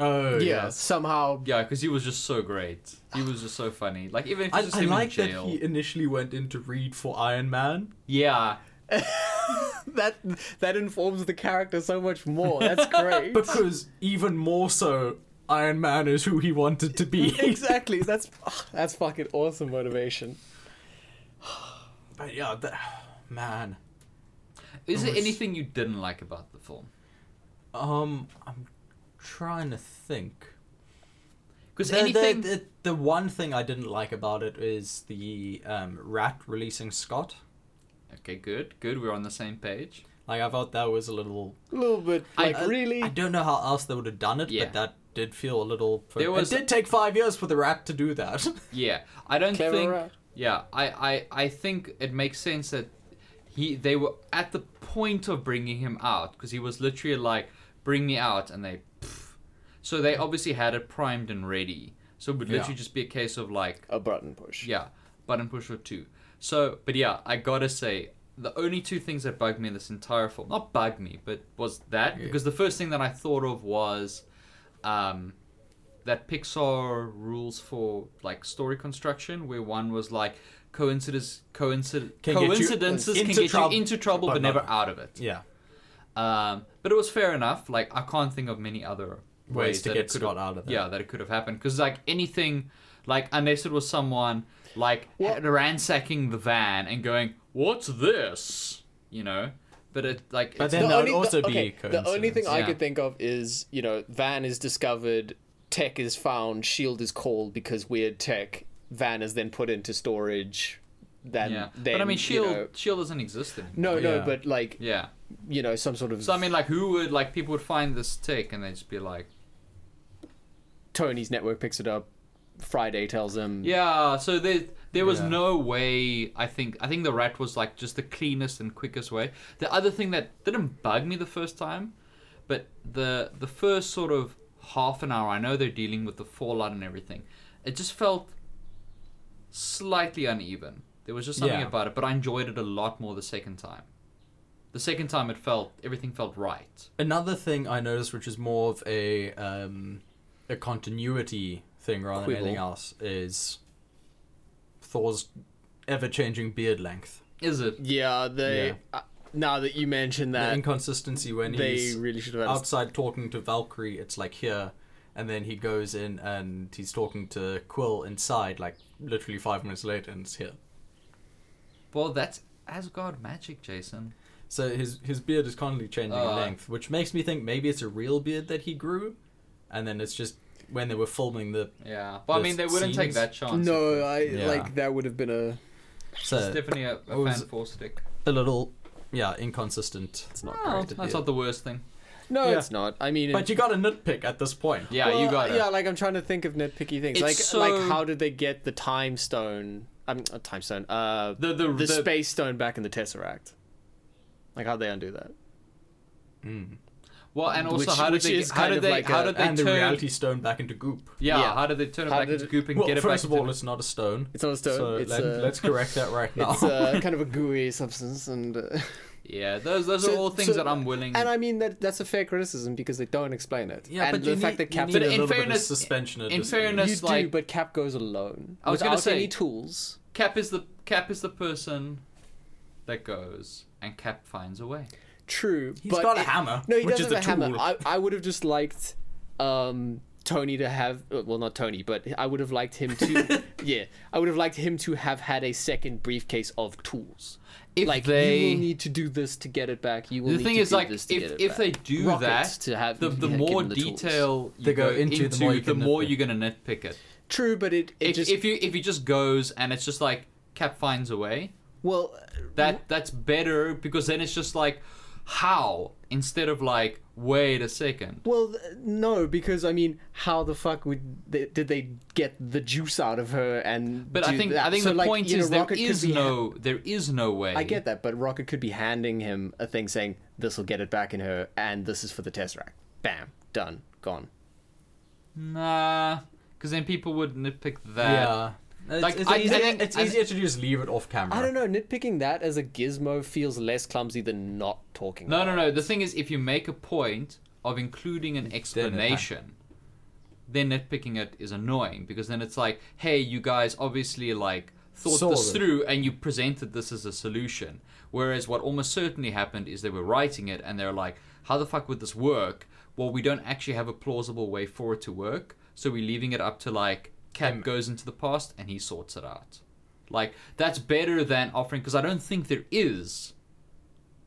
Speaker 2: Oh
Speaker 3: yeah,
Speaker 2: yes.
Speaker 3: somehow.
Speaker 1: Yeah, because he was just so great. He was just so funny. Like even if
Speaker 2: I,
Speaker 1: it's just
Speaker 2: I
Speaker 1: him
Speaker 2: like
Speaker 1: in
Speaker 2: that
Speaker 1: jail.
Speaker 2: he initially went in to read for Iron Man.
Speaker 1: Yeah,
Speaker 3: That that informs the character so much more. That's great.
Speaker 2: Because even more so, Iron Man is who he wanted to be.
Speaker 3: exactly. That's ah, that's fucking awesome motivation.
Speaker 2: but yeah, that, man.
Speaker 1: is there anything you didn't like about the film?
Speaker 2: Um, I'm trying to think.
Speaker 1: Because
Speaker 2: The,
Speaker 1: anything.
Speaker 2: the, the, the one thing I didn't like about it is the um, rat releasing Scott.
Speaker 1: Okay, good, good. We're on the same page.
Speaker 2: Like, I thought that was a little. uh,
Speaker 3: A little bit like
Speaker 1: I-
Speaker 3: really.
Speaker 2: I don't know how else they would have done it,
Speaker 1: Yeah.
Speaker 2: but that did feel a little.
Speaker 1: There was-
Speaker 2: It did take five years for the rat to do that.
Speaker 1: Yeah, I don't
Speaker 3: Clever
Speaker 1: think.
Speaker 3: rat.
Speaker 1: Yeah, I, I, I think it makes sense that he they were at the point of bringing him out because he was literally like, "Bring me out," and they, pff. so they obviously had it primed and ready. So it would literally
Speaker 2: Yeah.
Speaker 1: just be a case of like,
Speaker 3: a button push.
Speaker 1: yeah, button push or two. So, but yeah, I gotta say, the only two things that bugged me in this entire film, not bugged me, but was that, because the first thing that I thought of was um, that Pixar rules for like story construction, where one was like, coincidence, coincid-
Speaker 2: Can get you
Speaker 1: coincidences can
Speaker 2: into
Speaker 1: get
Speaker 2: trouble,
Speaker 1: you into trouble,
Speaker 2: but
Speaker 1: but never
Speaker 2: not-
Speaker 1: out of it.
Speaker 2: yeah.
Speaker 1: Um, but it was fair enough. Like I can't think of many other ways,
Speaker 2: Ways to
Speaker 1: that
Speaker 2: get
Speaker 1: it could
Speaker 2: Scott out of there.
Speaker 1: Yeah, that it could have happened because like anything, like unless it was someone like had ransacking the van and going, "What's this?" You know. But it like
Speaker 2: But
Speaker 1: it's
Speaker 2: then
Speaker 1: not-
Speaker 2: that would also be
Speaker 3: okay, the only thing I
Speaker 1: Yeah.
Speaker 3: could think of is you know Van is discovered, Tech E is found, Shield is called because weird Tech. Van is then put into storage. than
Speaker 1: yeah.
Speaker 3: than,
Speaker 1: but I E mean,
Speaker 3: you
Speaker 1: Shield
Speaker 3: know-
Speaker 1: Shield doesn't exist anymore.
Speaker 3: no, no,
Speaker 2: Yeah.
Speaker 3: but like
Speaker 1: Yeah.
Speaker 3: you know, some sort of
Speaker 1: So I mean, like, who would like people would find this tick and they'd just be like,
Speaker 3: Tony's network picks it up. Friday tells him.
Speaker 1: yeah. So there there was
Speaker 2: Yeah.
Speaker 1: no way. I think I think the rat was like just the cleanest and quickest way. The other thing that didn't bug me the first time, but the the first sort of half an hour, I know they're dealing with the fallout and everything. It just felt slightly uneven. There was just something
Speaker 2: Yeah.
Speaker 1: about it, but I enjoyed it a lot more the second time. The second time, it felt everything felt right.
Speaker 2: Another thing I noticed, which is more of a um, a continuity thing rather
Speaker 3: Quibble.
Speaker 2: than anything else, is Thor's ever-changing beard length.
Speaker 1: Is it?
Speaker 3: Yeah, they.
Speaker 2: Yeah.
Speaker 3: Uh, now that you mention
Speaker 2: the
Speaker 3: that,
Speaker 2: inconsistency when
Speaker 3: Uh, they
Speaker 2: he's
Speaker 3: really should have. Had a,
Speaker 2: outside talking to Valkyrie, it's like here, and then he goes in and he's talking to Quill inside, like literally five minutes later, and it's here.
Speaker 1: Well, that's Asgard magic, Jason.
Speaker 2: So his his beard is constantly changing
Speaker 3: Ah.
Speaker 1: Uh.
Speaker 2: in length, which makes me think maybe it's a real beard that he grew, and then it's just when they were filming the
Speaker 1: Yeah, but I mean, they
Speaker 2: There's
Speaker 1: wouldn't take
Speaker 2: scenes-
Speaker 1: that chance.
Speaker 3: no, I
Speaker 2: Yeah.
Speaker 3: like that would have been a.
Speaker 1: it's
Speaker 2: so
Speaker 1: definitely a, a
Speaker 2: was-
Speaker 1: fan four stick.
Speaker 2: a little yeah inconsistent. It's
Speaker 1: No, Oh,
Speaker 3: Oh,
Speaker 1: that's not the worst thing.
Speaker 3: No,
Speaker 2: Yeah.
Speaker 3: it's not. I mean,
Speaker 2: But you got a nitpick at this point.
Speaker 1: Yeah, you
Speaker 3: Well,
Speaker 1: got it.
Speaker 3: Yeah, like I'm trying to think of nitpicky things.
Speaker 1: It's
Speaker 3: like
Speaker 1: so-
Speaker 3: like how did they get the time stone? I'm not time stone. Uh,
Speaker 1: The- the- the-
Speaker 3: space stone back in the tesseract. Like how would they undo that?
Speaker 1: Well, and also,
Speaker 3: Which-
Speaker 1: how did
Speaker 3: which
Speaker 1: they?
Speaker 3: is
Speaker 1: How
Speaker 3: kind
Speaker 1: did
Speaker 3: of
Speaker 1: they?
Speaker 3: like
Speaker 1: how
Speaker 3: a-
Speaker 1: did they
Speaker 2: and the
Speaker 1: turn?
Speaker 2: reality stone back into goop.
Speaker 1: yeah,
Speaker 3: Yeah.
Speaker 1: how did they turn it
Speaker 3: How
Speaker 1: back
Speaker 3: did
Speaker 1: into
Speaker 3: it-
Speaker 1: goop and
Speaker 2: Well,
Speaker 1: get it back?
Speaker 2: first of all,
Speaker 1: into...
Speaker 2: it's not a stone.
Speaker 3: It's not a stone.
Speaker 2: So
Speaker 3: it's
Speaker 2: let,
Speaker 3: a,
Speaker 2: us correct that right now.
Speaker 3: it's uh, a kind of a gooey substance, and uh,
Speaker 1: yeah, those those are
Speaker 3: so-
Speaker 1: all things
Speaker 3: so-
Speaker 1: that I'm willing.
Speaker 3: and I mean that that's a fair criticism because they don't explain it.
Speaker 2: yeah,
Speaker 3: and
Speaker 2: but
Speaker 3: the
Speaker 2: you
Speaker 3: fact
Speaker 2: need,
Speaker 3: that Cap
Speaker 2: you need
Speaker 1: But
Speaker 2: a
Speaker 1: in
Speaker 2: little bit of
Speaker 1: fairness-
Speaker 2: suspension. of
Speaker 1: in
Speaker 2: disbelief.
Speaker 1: fairness-
Speaker 3: you
Speaker 1: Just
Speaker 3: do,
Speaker 1: like-
Speaker 3: but Cap goes alone
Speaker 1: I was gonna
Speaker 3: without
Speaker 1: say-
Speaker 3: any tools.
Speaker 1: Cap is the Cap is the person that goes, and Cap finds a way.
Speaker 3: True,
Speaker 2: He's
Speaker 3: but
Speaker 2: got a
Speaker 3: it-
Speaker 2: hammer,
Speaker 3: No, he
Speaker 2: which
Speaker 3: does
Speaker 2: is
Speaker 3: have
Speaker 2: the
Speaker 3: a hammer.
Speaker 2: tool.
Speaker 3: I, I would have just liked um, Tony to have uh, well, not Tony, but I would have liked him to. yeah, I would have liked him to have had a second briefcase of tools.
Speaker 1: If
Speaker 3: like you
Speaker 1: they-
Speaker 3: will need to do this to get it back. You will.
Speaker 1: The
Speaker 3: need
Speaker 1: thing
Speaker 3: to
Speaker 1: is,
Speaker 3: do
Speaker 1: like,
Speaker 3: this
Speaker 1: if
Speaker 3: to get it
Speaker 1: if they
Speaker 3: back.
Speaker 1: do
Speaker 3: Rockets
Speaker 1: that,
Speaker 3: to have
Speaker 1: the, the
Speaker 3: yeah,
Speaker 1: more
Speaker 3: given the tools.
Speaker 1: detail you
Speaker 2: They go into, the more you
Speaker 1: the
Speaker 2: can
Speaker 1: more
Speaker 2: nitpick.
Speaker 1: you're gonna nitpick it.
Speaker 3: True, but it, it
Speaker 1: if,
Speaker 3: just
Speaker 1: if you if he just goes and it's just like Cap finds a way,
Speaker 3: well
Speaker 1: that that's better because then it's just like how instead of like wait a second.
Speaker 3: Well, th- no, because I mean, how the fuck would they, did they get the juice out of her? And
Speaker 1: But I
Speaker 3: do
Speaker 1: think
Speaker 3: that?
Speaker 1: I think
Speaker 3: So,
Speaker 1: the
Speaker 3: like,
Speaker 1: point
Speaker 3: you know,
Speaker 1: is there
Speaker 3: Rocket could
Speaker 1: is
Speaker 3: be-
Speaker 1: no there is no way.
Speaker 3: I get that, but Rocket could be handing him a thing saying, "This will get it back in her, and this is for the Tesseract." Bam, done, gone.
Speaker 1: nah, because then people would nitpick that.
Speaker 2: yeah. It's,
Speaker 1: uh, Like,
Speaker 2: it's
Speaker 1: I- I
Speaker 2: easier,
Speaker 1: think-
Speaker 2: it's
Speaker 1: I
Speaker 2: easier to just leave it off camera.
Speaker 3: I don't know. Nitpicking that as a gizmo feels less clumsy than not talking.
Speaker 1: No,
Speaker 3: about
Speaker 1: no,
Speaker 3: it.
Speaker 1: no. The thing is, if you make a point of including an explanation, then nitpicking it is annoying because then it's like, hey, you guys obviously like thought
Speaker 2: Saw
Speaker 1: this
Speaker 2: them.
Speaker 1: through and you presented this as a solution. Whereas what almost certainly happened is they were writing it and they're like, how the fuck would this work? Well, we don't actually have a plausible way for it to work, so we're leaving it up to like Cap goes into the past and he sorts it out. Like that's better than offering because I don't think there is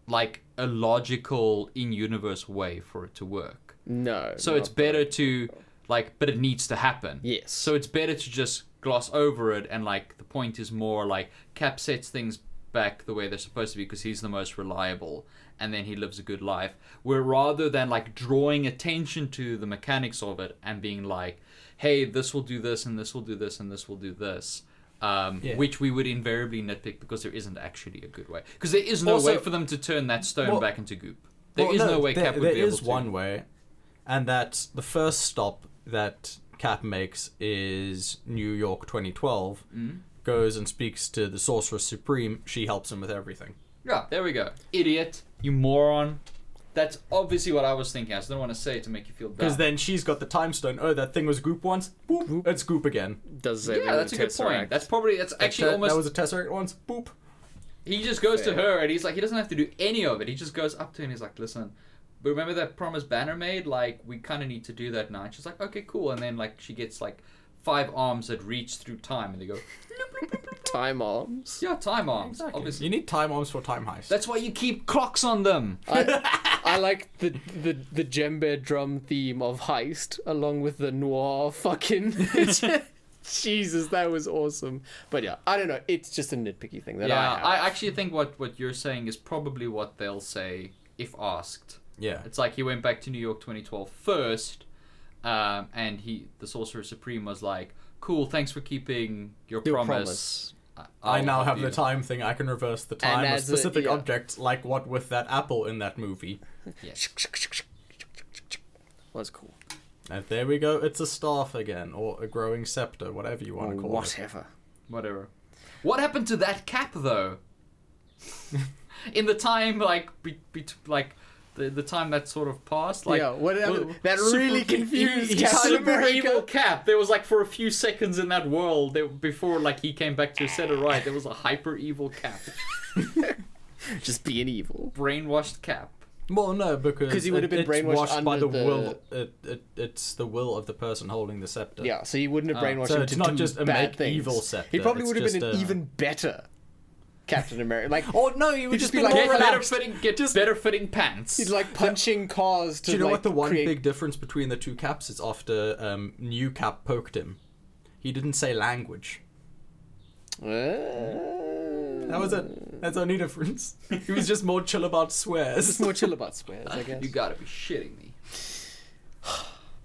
Speaker 1: like a logical in-universe way for it to work.
Speaker 3: no.
Speaker 1: So it's
Speaker 3: not-
Speaker 1: better to like, but it needs to happen.
Speaker 3: Yes.
Speaker 1: So it's better to just gloss over it and like the point is more like Cap sets things back the way they're supposed to be because he's the most reliable and then he lives a good life. Where rather than like drawing attention to the mechanics of it and being like, hey, this will do this and this will do this and this will do this. Um,
Speaker 2: Yeah.
Speaker 1: Which we would invariably nitpick because there isn't actually a good way. Because there is no
Speaker 2: Also-
Speaker 1: way for them to turn that stone
Speaker 2: Well-
Speaker 1: back into goop. There
Speaker 2: Well,
Speaker 1: is no, way
Speaker 2: there,
Speaker 1: Cap would
Speaker 2: there
Speaker 1: be
Speaker 2: is
Speaker 1: able to.
Speaker 2: one way, and that's the first stop that Cap makes is New York 2012.
Speaker 1: Mm.
Speaker 2: Goes and speaks to the Sorceress Supreme. She helps him with everything.
Speaker 1: Yeah, there we go. Idiot, you moron. That's obviously what I was thinking. I just don't want to say it to make you feel
Speaker 2: Because
Speaker 1: bad.
Speaker 2: then she's got the time stone. Oh, that thing was goop once. Boop. It's goop again.
Speaker 3: Does say
Speaker 1: yeah, that's a good point. That's probably that's actually
Speaker 2: that,
Speaker 1: almost.
Speaker 2: that was a tesseract once. Boop.
Speaker 1: he just goes to
Speaker 3: Fair.
Speaker 1: her and he's like, he doesn't have to do any of it. He just goes up to her and he's like, listen, but remember that promise Banner made? Like, we kind of need to do that now. And she's like, okay, cool. And then like she gets like five arms that reach through time, and they go,
Speaker 3: time arms.
Speaker 1: yeah, time arms,
Speaker 2: You
Speaker 1: obviously.
Speaker 2: need time arms for time heist.
Speaker 1: That's why you keep clocks on them.
Speaker 3: I like the the the djembe drum theme of heist along with the noir fucking. Jesus, that was awesome. But yeah, I don't know. It's just a nitpicky thing that
Speaker 1: yeah,
Speaker 3: I have.
Speaker 1: I, actually think what, what you're saying is probably what they'll say if asked.
Speaker 2: Yeah.
Speaker 1: It's like he went back to New York 2012 first, um, and he the Sorcerer Supreme was like, "Cool, thanks for keeping your,
Speaker 3: Your
Speaker 1: promise.
Speaker 2: I
Speaker 1: I'll
Speaker 2: now
Speaker 1: help
Speaker 2: have
Speaker 1: you."
Speaker 2: the time thing. I can reverse the time of
Speaker 3: as a-
Speaker 2: specific
Speaker 3: yeah.
Speaker 2: objects, like what with that apple in that movie.
Speaker 3: was cool.
Speaker 2: And there we go. It's a staff again, or a growing scepter, whatever you want to call it.
Speaker 3: Whatever.
Speaker 1: Whatever. What happened to that cap though? In the time like be, be, like the, the time that sort of passed, like
Speaker 3: Yeah, what happened-
Speaker 1: well,
Speaker 3: that
Speaker 1: super
Speaker 3: really
Speaker 1: e-
Speaker 3: confused
Speaker 1: e-
Speaker 3: Captain
Speaker 1: super
Speaker 3: America.
Speaker 1: evil cap. There was like for a few seconds in that world there, before like he came back to set it right. There was a hyper evil cap,
Speaker 3: Just being evil.
Speaker 1: brainwashed cap.
Speaker 2: Well, no, because
Speaker 3: 'Cause he
Speaker 2: it,
Speaker 3: would've been
Speaker 2: it's
Speaker 3: brainwashed
Speaker 2: washed by
Speaker 3: under
Speaker 2: the,
Speaker 3: the-
Speaker 2: will. It, it, it's the will of the person holding the scepter.
Speaker 3: Yeah, so he wouldn't have brainwashed
Speaker 2: Uh, so
Speaker 3: him
Speaker 2: it's
Speaker 3: to
Speaker 2: not
Speaker 3: do
Speaker 2: just a
Speaker 3: bad
Speaker 2: make
Speaker 3: things.
Speaker 2: evil
Speaker 3: He
Speaker 2: scepter,
Speaker 3: probably
Speaker 2: it's
Speaker 3: would have been
Speaker 2: just
Speaker 3: an
Speaker 2: a-
Speaker 3: even better Captain America. Like,
Speaker 2: Or no, he would
Speaker 3: He'd
Speaker 2: just
Speaker 3: just be
Speaker 2: be
Speaker 3: like,
Speaker 2: more
Speaker 1: Get better
Speaker 2: relaxed.
Speaker 1: fitting, get better fitting pants.
Speaker 3: he's like punching cars to
Speaker 2: Do you know
Speaker 3: like,
Speaker 2: what the one
Speaker 3: create...
Speaker 2: big difference between the two caps is? After um, New Cap poked him, he didn't say language. That was it. That's our only difference. He was just more chill about swears.
Speaker 3: More chill about squares, I guess.
Speaker 1: you gotta be shitting me.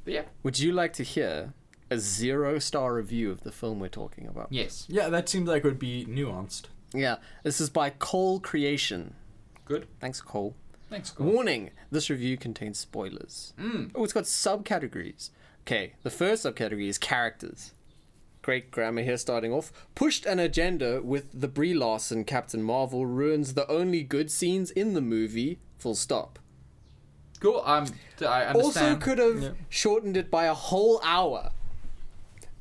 Speaker 1: But yeah.
Speaker 3: Would you like to hear a zero star review of the film we're talking about?
Speaker 1: Yes.
Speaker 2: Yeah, that seems like it would be nuanced.
Speaker 3: Yeah, this is by Cole Creation.
Speaker 1: Good.
Speaker 3: Thanks, Cole.
Speaker 1: Thanks, Cole.
Speaker 3: Warning: This review contains spoilers. Oh, it's got subcategories. Okay, the first subcategory is characters. Great grammar here, starting off. Pushed an agenda with the Brie Larson Captain Marvel ruins the only good scenes in the movie. Full stop.
Speaker 1: Cool. I'm. I
Speaker 3: Also,
Speaker 1: understand.
Speaker 3: could have shortened it by a whole hour.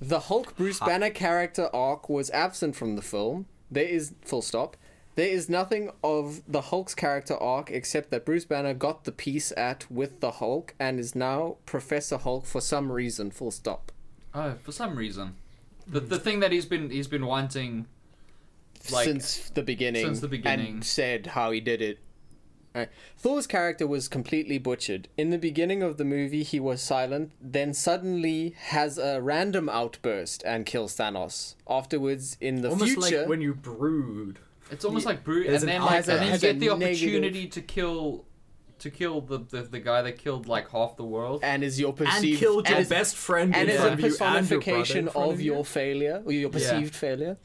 Speaker 3: The Hulk Bruce Banner character arc was absent from the film. There is full stop. There is nothing of the Hulk's character arc except that Bruce Banner got the piece at with the Hulk and is now Professor Hulk for some reason. Full stop.
Speaker 1: Oh, for some reason, the
Speaker 3: Hmm.
Speaker 1: the thing that he's been he's been wanting, like
Speaker 3: since the beginning.
Speaker 1: since the beginning.
Speaker 3: And said how he did it. Alright. Thor's character was completely butchered. In the beginning of the movie, he was silent, then suddenly has a random outburst and kills Thanos. Afterwards, in the
Speaker 2: Almost
Speaker 3: future,
Speaker 2: like when you brood.
Speaker 1: it's almost like brew, and
Speaker 2: There's
Speaker 1: then
Speaker 2: an
Speaker 1: like
Speaker 2: has a-
Speaker 1: and then you
Speaker 3: has
Speaker 1: get
Speaker 3: a
Speaker 1: the
Speaker 3: negative-
Speaker 1: opportunity to kill, to kill the, the the guy that killed like half the world.
Speaker 3: and is your
Speaker 2: And
Speaker 3: perceived
Speaker 2: killed your
Speaker 3: and is-
Speaker 2: best friend
Speaker 3: and
Speaker 2: in
Speaker 3: is
Speaker 2: front
Speaker 3: a
Speaker 2: of you and your brother in
Speaker 3: personification
Speaker 2: front
Speaker 3: of
Speaker 2: you.
Speaker 3: your failure or your perceived failure.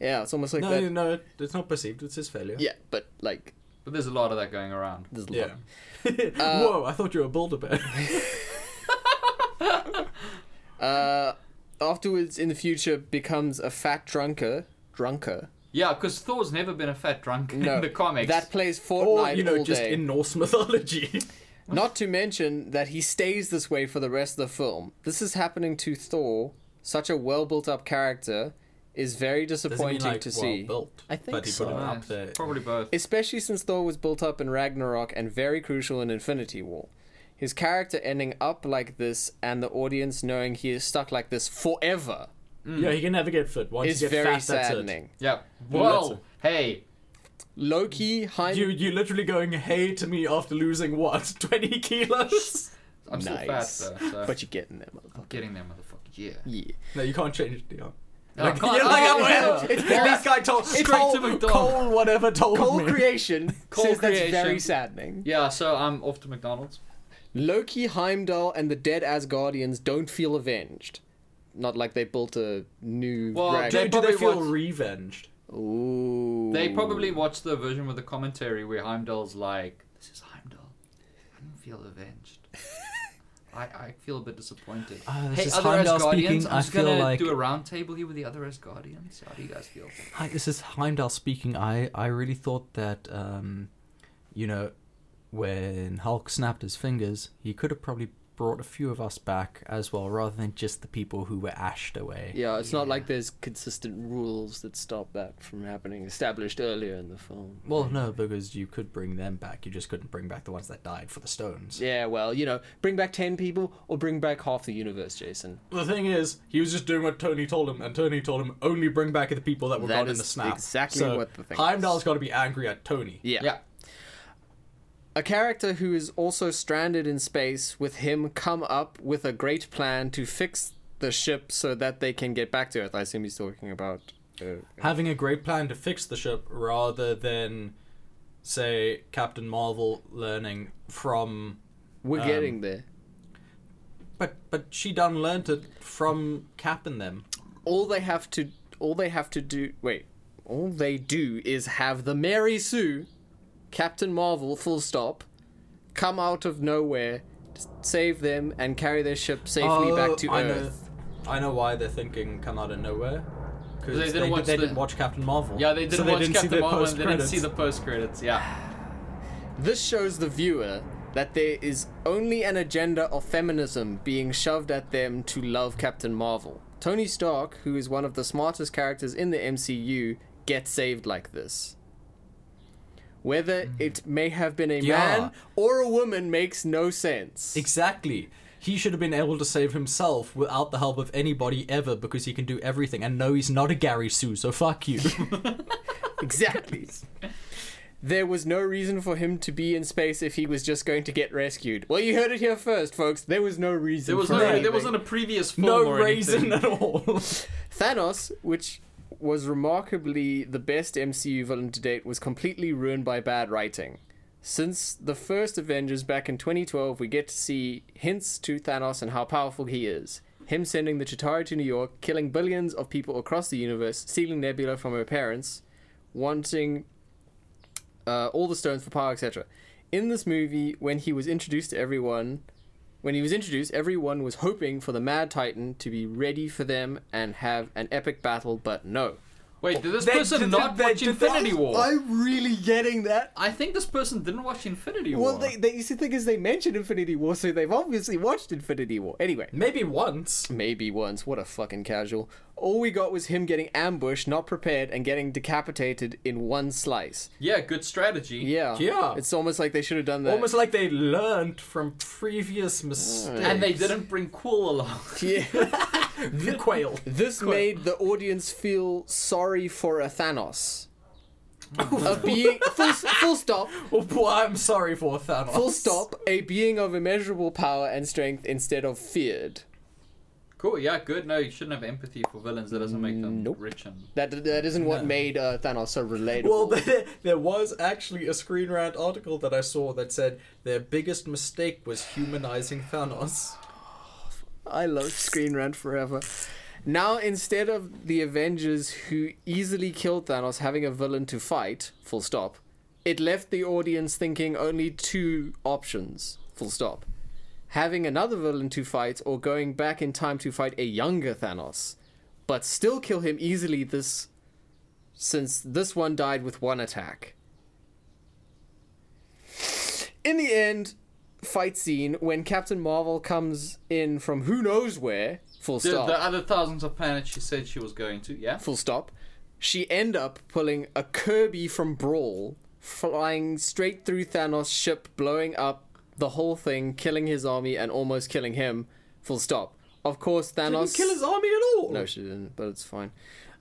Speaker 3: Yeah, it's almost like
Speaker 2: No,
Speaker 3: that.
Speaker 2: no, no, it- it's not perceived. It's his failure.
Speaker 3: Yeah, but like
Speaker 1: But there's a lot of that going around.
Speaker 3: there's a lot.
Speaker 2: Yeah. Whoa! I thought you were a builder bear.
Speaker 3: Uh, afterwards, in the future, becomes a fat drunker. Drunker.
Speaker 1: Yeah, because Thor's never been a fat drunk
Speaker 3: No,
Speaker 1: in the comics.
Speaker 3: That plays Fortnite
Speaker 2: or you know,
Speaker 3: all
Speaker 2: just
Speaker 3: day.
Speaker 2: in Norse mythology.
Speaker 3: Not to mention that he stays this way for the rest of the film. This is happening to Thor, such a well built up character, is very disappointing to see.
Speaker 2: built.
Speaker 3: I think
Speaker 2: but he
Speaker 3: so.
Speaker 2: put it
Speaker 1: Yeah,
Speaker 2: up there.
Speaker 1: Probably both.
Speaker 3: Especially since Thor was built up in Ragnarok and very crucial in Infinity War. His character ending up like this and the audience knowing he is stuck like this forever
Speaker 2: Yeah, he can never get fit. Once
Speaker 3: is
Speaker 2: you get
Speaker 3: very
Speaker 2: fat, that's it.
Speaker 3: saddening.
Speaker 1: yeah.
Speaker 2: that's
Speaker 1: Well, hey,
Speaker 3: Loki, Heim-
Speaker 2: You you literally going hey to me after losing what twenty kilos?
Speaker 1: I'm still
Speaker 3: nice.
Speaker 1: fat though, so
Speaker 3: But you're getting there, motherfucker.
Speaker 1: getting there, motherfucker. Yeah.
Speaker 3: Yeah.
Speaker 2: no, you can't change it. Yeah.
Speaker 1: No, I can't-
Speaker 2: You're like,
Speaker 1: oh,
Speaker 2: "Oh,
Speaker 1: yeah.
Speaker 2: well, this guy told
Speaker 1: straight
Speaker 2: Cole,
Speaker 1: to McDonald's.
Speaker 2: Cole whatever told
Speaker 3: Cole
Speaker 2: me.
Speaker 3: creation
Speaker 1: Cole
Speaker 3: says that's
Speaker 1: creation.
Speaker 3: very saddening.
Speaker 1: Yeah, so I'm off to McDonald's.
Speaker 3: Loki, Heimdall, and the dead Asgardians don't feel avenged. Not like they built a new.
Speaker 1: Well,
Speaker 3: rag-
Speaker 1: they
Speaker 2: do they
Speaker 1: probably
Speaker 2: feel
Speaker 1: watch-
Speaker 2: revenged?
Speaker 3: Ooh.
Speaker 1: They probably watched the version with the commentary where Heimdall's like, "This is Heimdall. I don't feel avenged. I, I feel a bit disappointed.
Speaker 2: Ah, this
Speaker 1: hey,
Speaker 2: is
Speaker 1: other
Speaker 2: Heimdall
Speaker 1: Asgardians,
Speaker 2: speaking.
Speaker 1: I'm
Speaker 2: I
Speaker 1: just
Speaker 2: feel
Speaker 1: gonna
Speaker 2: like-
Speaker 1: do a round table here with the other Asgardians. How do you guys feel?
Speaker 2: Hi, this is Heimdall speaking. I, I really thought that, um, you know, when Hulk snapped his fingers, he could have probably brought a few of us back as well, rather than just the people who were ashed away.
Speaker 3: Yeah, it's not like there's consistent rules that stop that from happening, established earlier in the film.
Speaker 2: Well, no, because you could bring them back. You just couldn't bring back the ones that died for the stones.
Speaker 3: Yeah, well, you know, bring back 10 people or bring back half the universe, Jason.
Speaker 2: The thing is, he was just doing what Tony told him, and Tony told him only bring back the people that were
Speaker 3: That
Speaker 2: gone in
Speaker 3: is
Speaker 2: the snap.
Speaker 3: exactly
Speaker 2: so
Speaker 3: what the thing is.
Speaker 2: Heimdall's got to be angry at Tony.
Speaker 3: Yeah.
Speaker 1: Yeah.
Speaker 3: A character who is also stranded in space with him come up with a great plan to fix the ship so that they can get back to Earth. I assume he's talking about. Uh,
Speaker 2: having a great plan to fix the ship rather than say Captain Marvel learning from
Speaker 3: we're
Speaker 2: Um,
Speaker 3: getting there.
Speaker 2: but but she done learnt it from Cap and them.
Speaker 3: All they have to, all they have to do. Wait, all they do is have the Mary Sue, Captain Marvel, full stop, come out of nowhere, s- save them, and carry their ship safely back to
Speaker 2: Oh, Uh, I
Speaker 3: Earth.
Speaker 2: know I know why they're thinking come out of nowhere. Because
Speaker 1: They
Speaker 2: they,
Speaker 1: didn't
Speaker 2: did-
Speaker 1: watch
Speaker 2: they
Speaker 1: the-
Speaker 2: didn't watch Captain Marvel.
Speaker 1: Yeah, they
Speaker 2: So
Speaker 1: didn't watch
Speaker 2: didn't see
Speaker 1: Captain
Speaker 2: the
Speaker 1: Marvel and they didn't
Speaker 2: post-credits.
Speaker 1: see the post credits. Yeah.
Speaker 3: This shows the viewer that there is only an agenda of feminism being shoved at them to love Captain Marvel. Tony Stark, who is one of the smartest characters in the MCU, gets saved like this. Whether it may have been a
Speaker 2: Yeah.
Speaker 3: man or a woman makes no sense.
Speaker 2: Exactly. He should have been able to save himself without the help of anybody ever because he can do everything. And no, he's not a Gary Sue, so fuck you.
Speaker 3: exactly. There was no reason for him to be in space if he was just going to get rescued. Well, you heard it here first, folks. There was no reason.
Speaker 1: There was
Speaker 3: for
Speaker 1: no, there
Speaker 3: anything.
Speaker 1: wasn't a previous film
Speaker 2: no
Speaker 1: or anything.
Speaker 2: reason at all.
Speaker 3: Thanos, which was remarkably the best MCU villain to date, was completely ruined by bad writing. Since the first Avengers back in 2012, we get to see hints to Thanos and how powerful he is. Him sending the Chitari to New York, killing billions of people across the universe, stealing Nebula from her parents, wanting uh, all the stones for power, etc. In this movie, when he was introduced to everyone, when he was introduced, everyone was hoping for the Mad Titan to be ready for them and have an epic battle, but no.
Speaker 1: Wait, did this
Speaker 2: They-
Speaker 1: person
Speaker 2: did-
Speaker 1: not
Speaker 2: they-
Speaker 1: watch
Speaker 2: did they-
Speaker 1: Infinity War? I...
Speaker 3: really getting that.
Speaker 1: think this person didn't watch Infinity War.
Speaker 3: Well, they, they, you see, the thing is, they mentioned Infinity War, so they've obviously watched Infinity War. Anyway,
Speaker 2: Maybe once.
Speaker 3: maybe once. What a fucking casual. All we got was him getting ambushed, not prepared, and getting decapitated in one slice.
Speaker 1: Yeah, good strategy.
Speaker 3: Yeah.
Speaker 2: Yeah.
Speaker 3: It's almost like they should have done that.
Speaker 2: Almost like they learned from previous mistakes.
Speaker 1: And they didn't bring Quill along.
Speaker 3: Yeah.
Speaker 2: the quail.
Speaker 3: This made the audience feel sorry for a Thanos. a being full, full stop,
Speaker 2: Oh boy, I'm sorry for Thanos.
Speaker 3: full stop, a being of immeasurable power and strength instead of feared.
Speaker 1: Cool, yeah, good. No, you shouldn't have empathy for villains. That doesn't make them rich and
Speaker 3: That that isn't what made uh, Thanos so relatable.
Speaker 2: Well, there, there was actually a Screen Rant article that I saw that said their biggest mistake was humanizing Thanos.
Speaker 3: I love Screen Rant forever. Now, instead of the Avengers who easily killed Thanos having a villain to fight, full stop, it left the audience thinking only two options, full stop. Having another villain to fight or going back in time to fight a younger Thanos, but still kill him easily this since this one died with one attack. In the end, fight scene when Captain Marvel comes in from who knows where, full
Speaker 1: The,
Speaker 3: stop.
Speaker 1: the other thousands of planets she said she was going to, yeah?
Speaker 3: full stop. She end up pulling a Kirby from Brawl, flying straight through Thanos' ship, blowing up the whole thing, killing his army and almost killing him. Full stop. Of course, Thanos.
Speaker 2: Didn't kill his army at all.
Speaker 3: No, she didn't, but it's fine.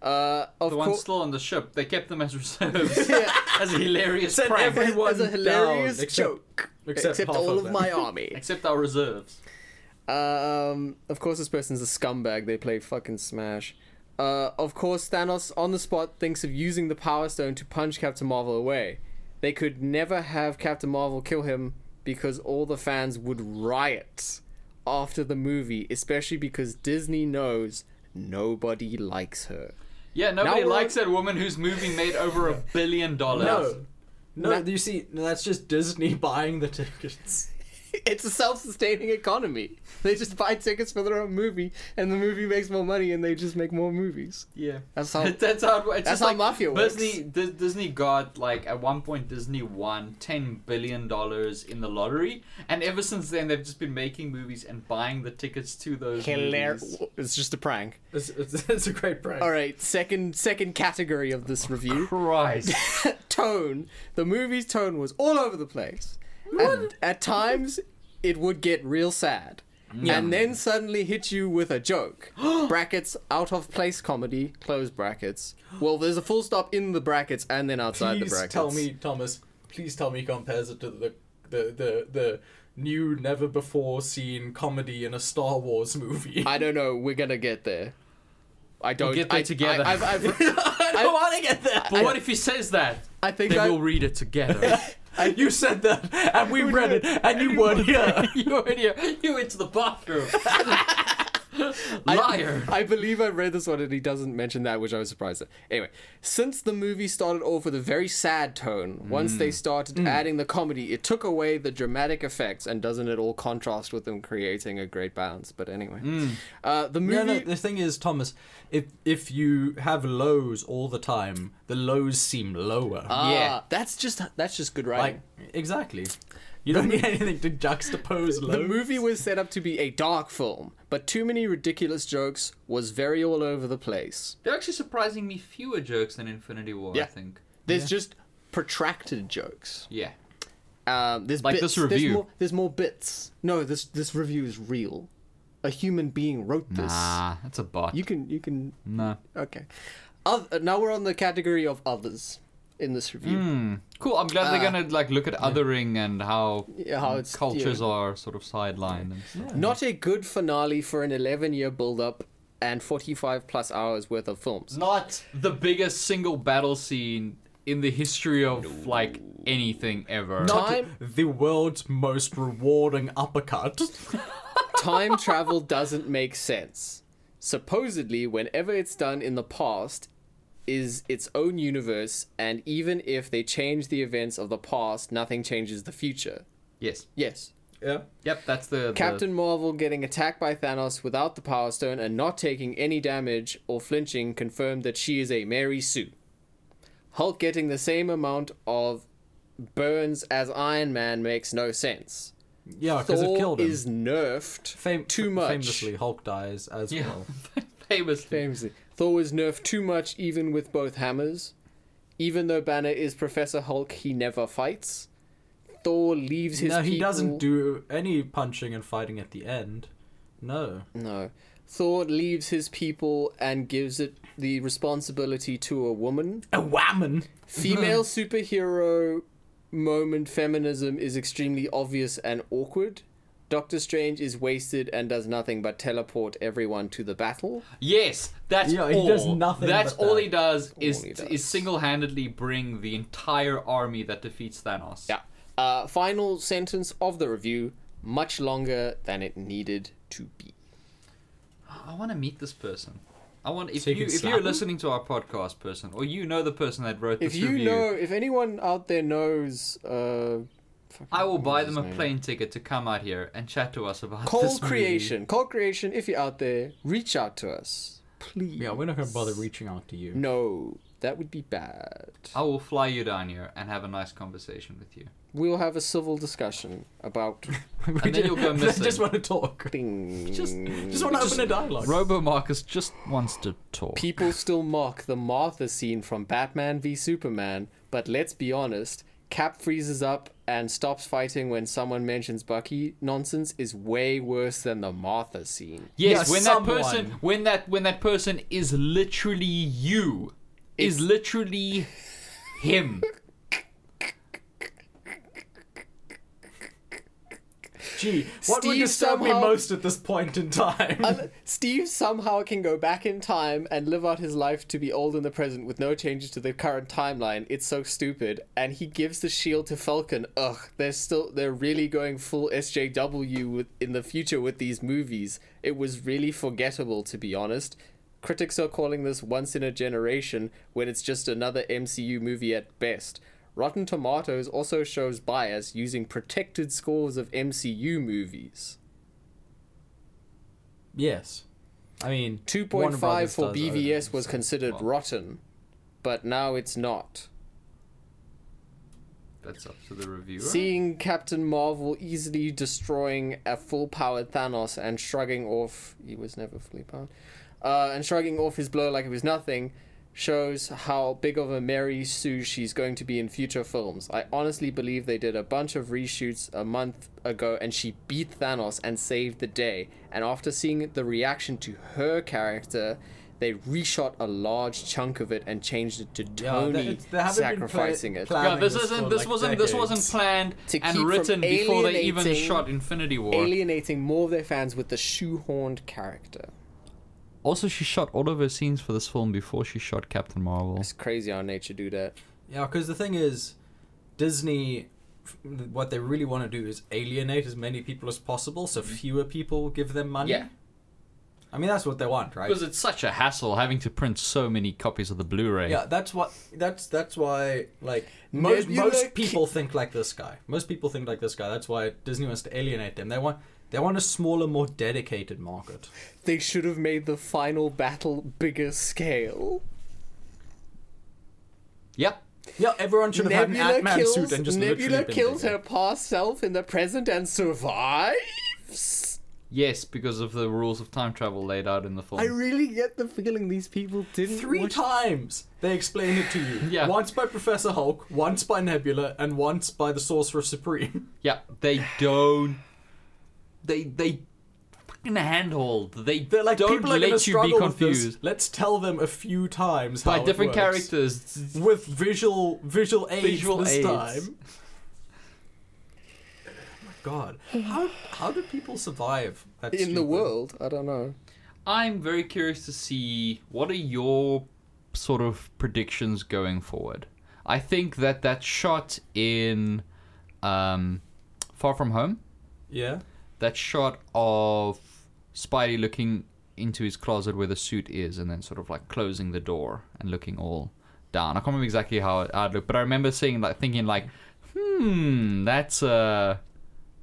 Speaker 3: Uh, of
Speaker 1: The ones
Speaker 3: course,
Speaker 1: still on the ship, they kept them as reserves.
Speaker 3: Yeah.
Speaker 1: As a hilarious
Speaker 2: Sent
Speaker 1: prank.
Speaker 2: every-
Speaker 3: as a
Speaker 2: everyone
Speaker 3: hilarious
Speaker 2: down, except-
Speaker 3: joke.
Speaker 2: except half
Speaker 3: all
Speaker 2: of
Speaker 3: of
Speaker 2: them.
Speaker 3: my army.
Speaker 1: Except our reserves.
Speaker 3: Um, of course, this person's a scumbag. They play fucking Smash. Uh, of course, Thanos on the spot thinks of using the Power Stone to punch Captain Marvel away. They could never have Captain Marvel kill him because all the fans would riot after the movie, especially because Disney knows nobody likes her.
Speaker 1: Yeah, nobody
Speaker 3: we're
Speaker 1: likes that woman whose movie made over a billion dollars.
Speaker 2: No. No,
Speaker 3: That-
Speaker 2: you see, no, that's just Disney buying the tickets.
Speaker 3: It's a self-sustaining economy. They just buy tickets for their own movie, and the movie makes more money, and they just make more movies.
Speaker 1: Yeah.
Speaker 3: That's how-
Speaker 1: that's how, it wo- it's just
Speaker 3: that's how
Speaker 1: like
Speaker 3: mafia works.
Speaker 1: Disney, Di- Disney got, like, at one point, Disney won $10 billion in the lottery. And ever since then, they've just been making movies and buying the tickets to those movies.
Speaker 3: It's just a prank.
Speaker 2: It's, it's, it's a great prank.
Speaker 3: All right, second second category of this review.
Speaker 1: Christ.
Speaker 3: tone. The movie's tone was all over the place. And at times, it would get real sad. And then suddenly hit you with a joke. brackets, out of place comedy, close brackets. Well, there's a full stop in the brackets and then outside
Speaker 2: please
Speaker 3: the brackets.
Speaker 2: tell me, Thomas. Please tell me he compares it to the the the the, new, never before seen comedy in a Star Wars movie.
Speaker 3: I don't know. We're gonna get there. I don't.
Speaker 1: get there
Speaker 3: I,
Speaker 1: together.
Speaker 3: I, I've, I've,
Speaker 2: I don't want to get there.
Speaker 1: But what if he says that?
Speaker 3: I think
Speaker 1: Then
Speaker 3: I,
Speaker 1: we'll read it together.
Speaker 2: you said that, and we read it, and you weren't here. you weren't here. You went to the bathroom.
Speaker 1: Liar.
Speaker 3: I believe I read this one and he doesn't mention that, which I was surprised at. Anyway, since the movie started off with a very sad tone, once
Speaker 2: Mm.
Speaker 3: they started adding the comedy, it took away the dramatic effects and doesn't at all contrast with them creating a great balance. But anyway, uh, the movie.
Speaker 2: Mm. No, no. The thing is, Thomas, if if you have lows all the time, the lows seem lower.
Speaker 3: Ah,
Speaker 1: Yeah.
Speaker 3: that's just that's just good
Speaker 2: like
Speaker 3: writing.
Speaker 2: exactly. You don't need anything to juxtapose lows.
Speaker 3: the movie was set up to be a dark film, but too many ridiculous jokes was very all over the place.
Speaker 1: They're actually surprising me fewer jokes than Infinity War,
Speaker 3: Yeah.
Speaker 1: I think.
Speaker 3: There's just protracted jokes.
Speaker 1: Yeah.
Speaker 3: Um, there's
Speaker 1: Like
Speaker 3: bits.
Speaker 1: this
Speaker 3: There's
Speaker 1: review.
Speaker 3: more, there's more bits. No, this this review is real. A human being wrote this.
Speaker 1: Nah, Ah, that's a bot.
Speaker 3: You can you can
Speaker 1: nah.
Speaker 3: okay. Oth- uh, now we're on the category of others in this review.
Speaker 1: Hmm. Cool. I'm glad they're gonna like look at othering and how
Speaker 3: Uh, Yeah, how it's
Speaker 1: cultures
Speaker 3: yeah.
Speaker 1: are sort of sidelined and stuff.
Speaker 3: Not a good finale for an 11 year build up and 45 plus hours worth of films.
Speaker 1: Not the biggest single battle scene in the history of like anything ever.
Speaker 3: Not-
Speaker 2: Time- the world's most rewarding uppercut.
Speaker 3: time travel doesn't make sense. Supposedly, whenever it's done in the past, is its own universe, and even if they change the events of the past, nothing changes the future.
Speaker 1: yes.
Speaker 3: Yes.
Speaker 2: Yeah.
Speaker 1: Yep. That's the, the-
Speaker 3: Captain Marvel getting attacked by Thanos without the Power Stone and not taking any damage or flinching confirmed that she is a Mary Sue. Hulk getting the same amount of burns as Iron Man makes no sense.
Speaker 2: Yeah, because it
Speaker 3: Thor
Speaker 2: killed him.
Speaker 3: is nerfed
Speaker 2: Fam-
Speaker 3: too much.
Speaker 2: Famously, Hulk dies as
Speaker 1: Yeah.
Speaker 2: well.
Speaker 1: Famous.
Speaker 3: Famously. Thor was nerfed too much even with both hammers. Even though Banner is Professor Hulk, he never fights. Thor leaves his
Speaker 2: no, he
Speaker 3: people-
Speaker 2: doesn't do any punching and fighting at the end. No.
Speaker 3: No. Thor leaves his people and gives it the responsibility to a woman.
Speaker 2: A whammon.
Speaker 3: Female superhero moment feminism is extremely obvious and awkward. Doctor Strange is wasted and does nothing but teleport everyone to the battle.
Speaker 1: Yes, that's
Speaker 2: Yeah,
Speaker 1: all.
Speaker 2: he does nothing
Speaker 1: that's
Speaker 2: but
Speaker 1: all
Speaker 2: that.
Speaker 1: he does is
Speaker 3: he does.
Speaker 1: is single-handedly bring the entire army that defeats Thanos.
Speaker 3: Yeah. Uh, final sentence of the review much longer than it needed to be.
Speaker 1: I want to meet this person. I want if
Speaker 2: So you
Speaker 1: you,
Speaker 2: can
Speaker 1: if
Speaker 2: slap
Speaker 1: you're
Speaker 2: him?
Speaker 1: listening to our podcast, person, or you know the person that wrote
Speaker 3: If
Speaker 1: this
Speaker 3: you
Speaker 1: review,
Speaker 3: know, if anyone out there knows, uh, fucking
Speaker 1: I will
Speaker 3: what
Speaker 1: buy
Speaker 3: was
Speaker 1: them
Speaker 3: his
Speaker 1: a
Speaker 3: name?
Speaker 1: plane ticket to come out here and chat to us about
Speaker 3: Call
Speaker 1: this movie.
Speaker 3: creation. Call creation. If you're out there, reach out to us, please.
Speaker 2: Yeah, we're not going to bother reaching out to you.
Speaker 3: No, that would be bad.
Speaker 1: I will fly you down here and have a nice conversation with you.
Speaker 3: We'll have a civil discussion about
Speaker 2: We
Speaker 1: then
Speaker 2: ju-
Speaker 1: you'll go missing.
Speaker 2: I just want to talk.
Speaker 3: things.
Speaker 2: Just,
Speaker 3: Mm.
Speaker 2: just want to open a dialogue.
Speaker 1: Robo Marcus just wants to talk.
Speaker 3: People still mock the Martha scene from Batman v Superman, but let's be honest. Cap freezes up and stops fighting when someone mentions Bucky. Nonsense is way worse than the Martha scene.
Speaker 1: Yes,
Speaker 2: Yeah,
Speaker 1: when that person
Speaker 2: someone.
Speaker 1: when that when that person is literally you. Is literally him.
Speaker 2: Gee, what would
Speaker 3: Steve
Speaker 2: disturb me
Speaker 3: somehow-
Speaker 2: most at this point in time?
Speaker 3: Steve somehow can go back in time and live out his life to be old in the present with no changes to the current timeline. It's so stupid. And he gives the shield to Falcon. Ugh, they're still they're really going full SJW with, in the future with these movies. It was really forgettable to be honest. Critics are calling this once in a generation when it's just another MCU movie at best. Rotten Tomatoes also shows bias using protected scores of MCU movies.
Speaker 2: yes. I mean,
Speaker 3: Two point
Speaker 2: Warner Brothers
Speaker 3: five for
Speaker 2: does own
Speaker 3: BVS
Speaker 2: it,
Speaker 3: was
Speaker 2: so-
Speaker 3: considered
Speaker 1: well.
Speaker 3: rotten, but now it's not.
Speaker 1: That's up to the reviewer.
Speaker 3: Seeing Captain Marvel easily destroying a full powered Thanos and shrugging off he was never fully powered. Uh, and shrugging off his blow like it was nothing shows how big of a Mary Sue she's going to be in future films. I honestly believe they did a bunch of reshoots a month ago and she beat Thanos and saved the day. And after seeing the reaction to her character, they reshot a large chunk of it and changed it to
Speaker 2: Yeah, they-
Speaker 3: Tony
Speaker 2: it's- they haven't been pla-
Speaker 3: sacrificing it.
Speaker 1: Yeah,
Speaker 2: planned
Speaker 1: this
Speaker 2: this for,
Speaker 1: isn't. This
Speaker 2: like,
Speaker 1: wasn't. This wasn't
Speaker 2: decades.
Speaker 1: planned
Speaker 3: To
Speaker 1: and
Speaker 3: keep
Speaker 1: written
Speaker 3: from
Speaker 1: before they even
Speaker 3: alienating-
Speaker 1: shot Infinity War.
Speaker 3: Alienating more of their fans with the shoehorned character.
Speaker 1: also, she shot all of her scenes for this film before she shot Captain Marvel.
Speaker 3: It's crazy how nature do that.
Speaker 2: Yeah, because the thing is, Disney, f- what they really want to do is alienate as many people as possible, so fewer people give them money.
Speaker 3: Yeah.
Speaker 2: I mean that's what they want, right?
Speaker 1: Because it's such a hassle having to print so many copies of the Blu-ray.
Speaker 2: Yeah, that's what. That's that's why like
Speaker 3: No,
Speaker 2: most
Speaker 3: you
Speaker 2: most
Speaker 3: look-
Speaker 2: people think like this guy. Most people think like this guy. That's why Disney wants to alienate them. They want they want a smaller, more dedicated market.
Speaker 3: They should have made the final battle bigger scale.
Speaker 1: Yep.
Speaker 2: Yeah, everyone should have had an
Speaker 3: Nebula
Speaker 2: Ant-Man
Speaker 3: kills,
Speaker 2: suit and just
Speaker 3: Nebula
Speaker 2: literally been
Speaker 3: kills
Speaker 2: bigger.
Speaker 3: her past self in the present and survives.
Speaker 1: Yes, because of the rules of time travel laid out in the film.
Speaker 3: I really get the feeling these people didn't
Speaker 2: Three
Speaker 3: watch-
Speaker 2: times they explain it to you.
Speaker 1: Yeah.
Speaker 2: Once by Professor Hulk, once by Nebula, and once by the Sorcerer Supreme.
Speaker 1: yeah, they don't. They they fucking handhold. They
Speaker 2: They're like
Speaker 1: don't
Speaker 2: people are gonna
Speaker 1: let you be
Speaker 2: struggle with this.
Speaker 1: confused
Speaker 2: Let's tell them a few times
Speaker 1: by
Speaker 2: how it
Speaker 1: different
Speaker 2: works.
Speaker 1: characters.
Speaker 2: with visual visual aids
Speaker 1: Visual
Speaker 2: this
Speaker 1: aids.
Speaker 2: time. Oh my God, how how do people survive that
Speaker 3: in the
Speaker 2: stupid-
Speaker 3: world. I don't know.
Speaker 1: I'm very curious to see what are your sort of predictions going forward. I think that that shot in um, Far From Home,
Speaker 2: Yeah,
Speaker 1: that shot of Spidey looking into his closet where the suit is, and then sort of like closing the door and looking all down. I can't remember exactly how it, how it looked, but I remember seeing like thinking like, hmm, that's uh,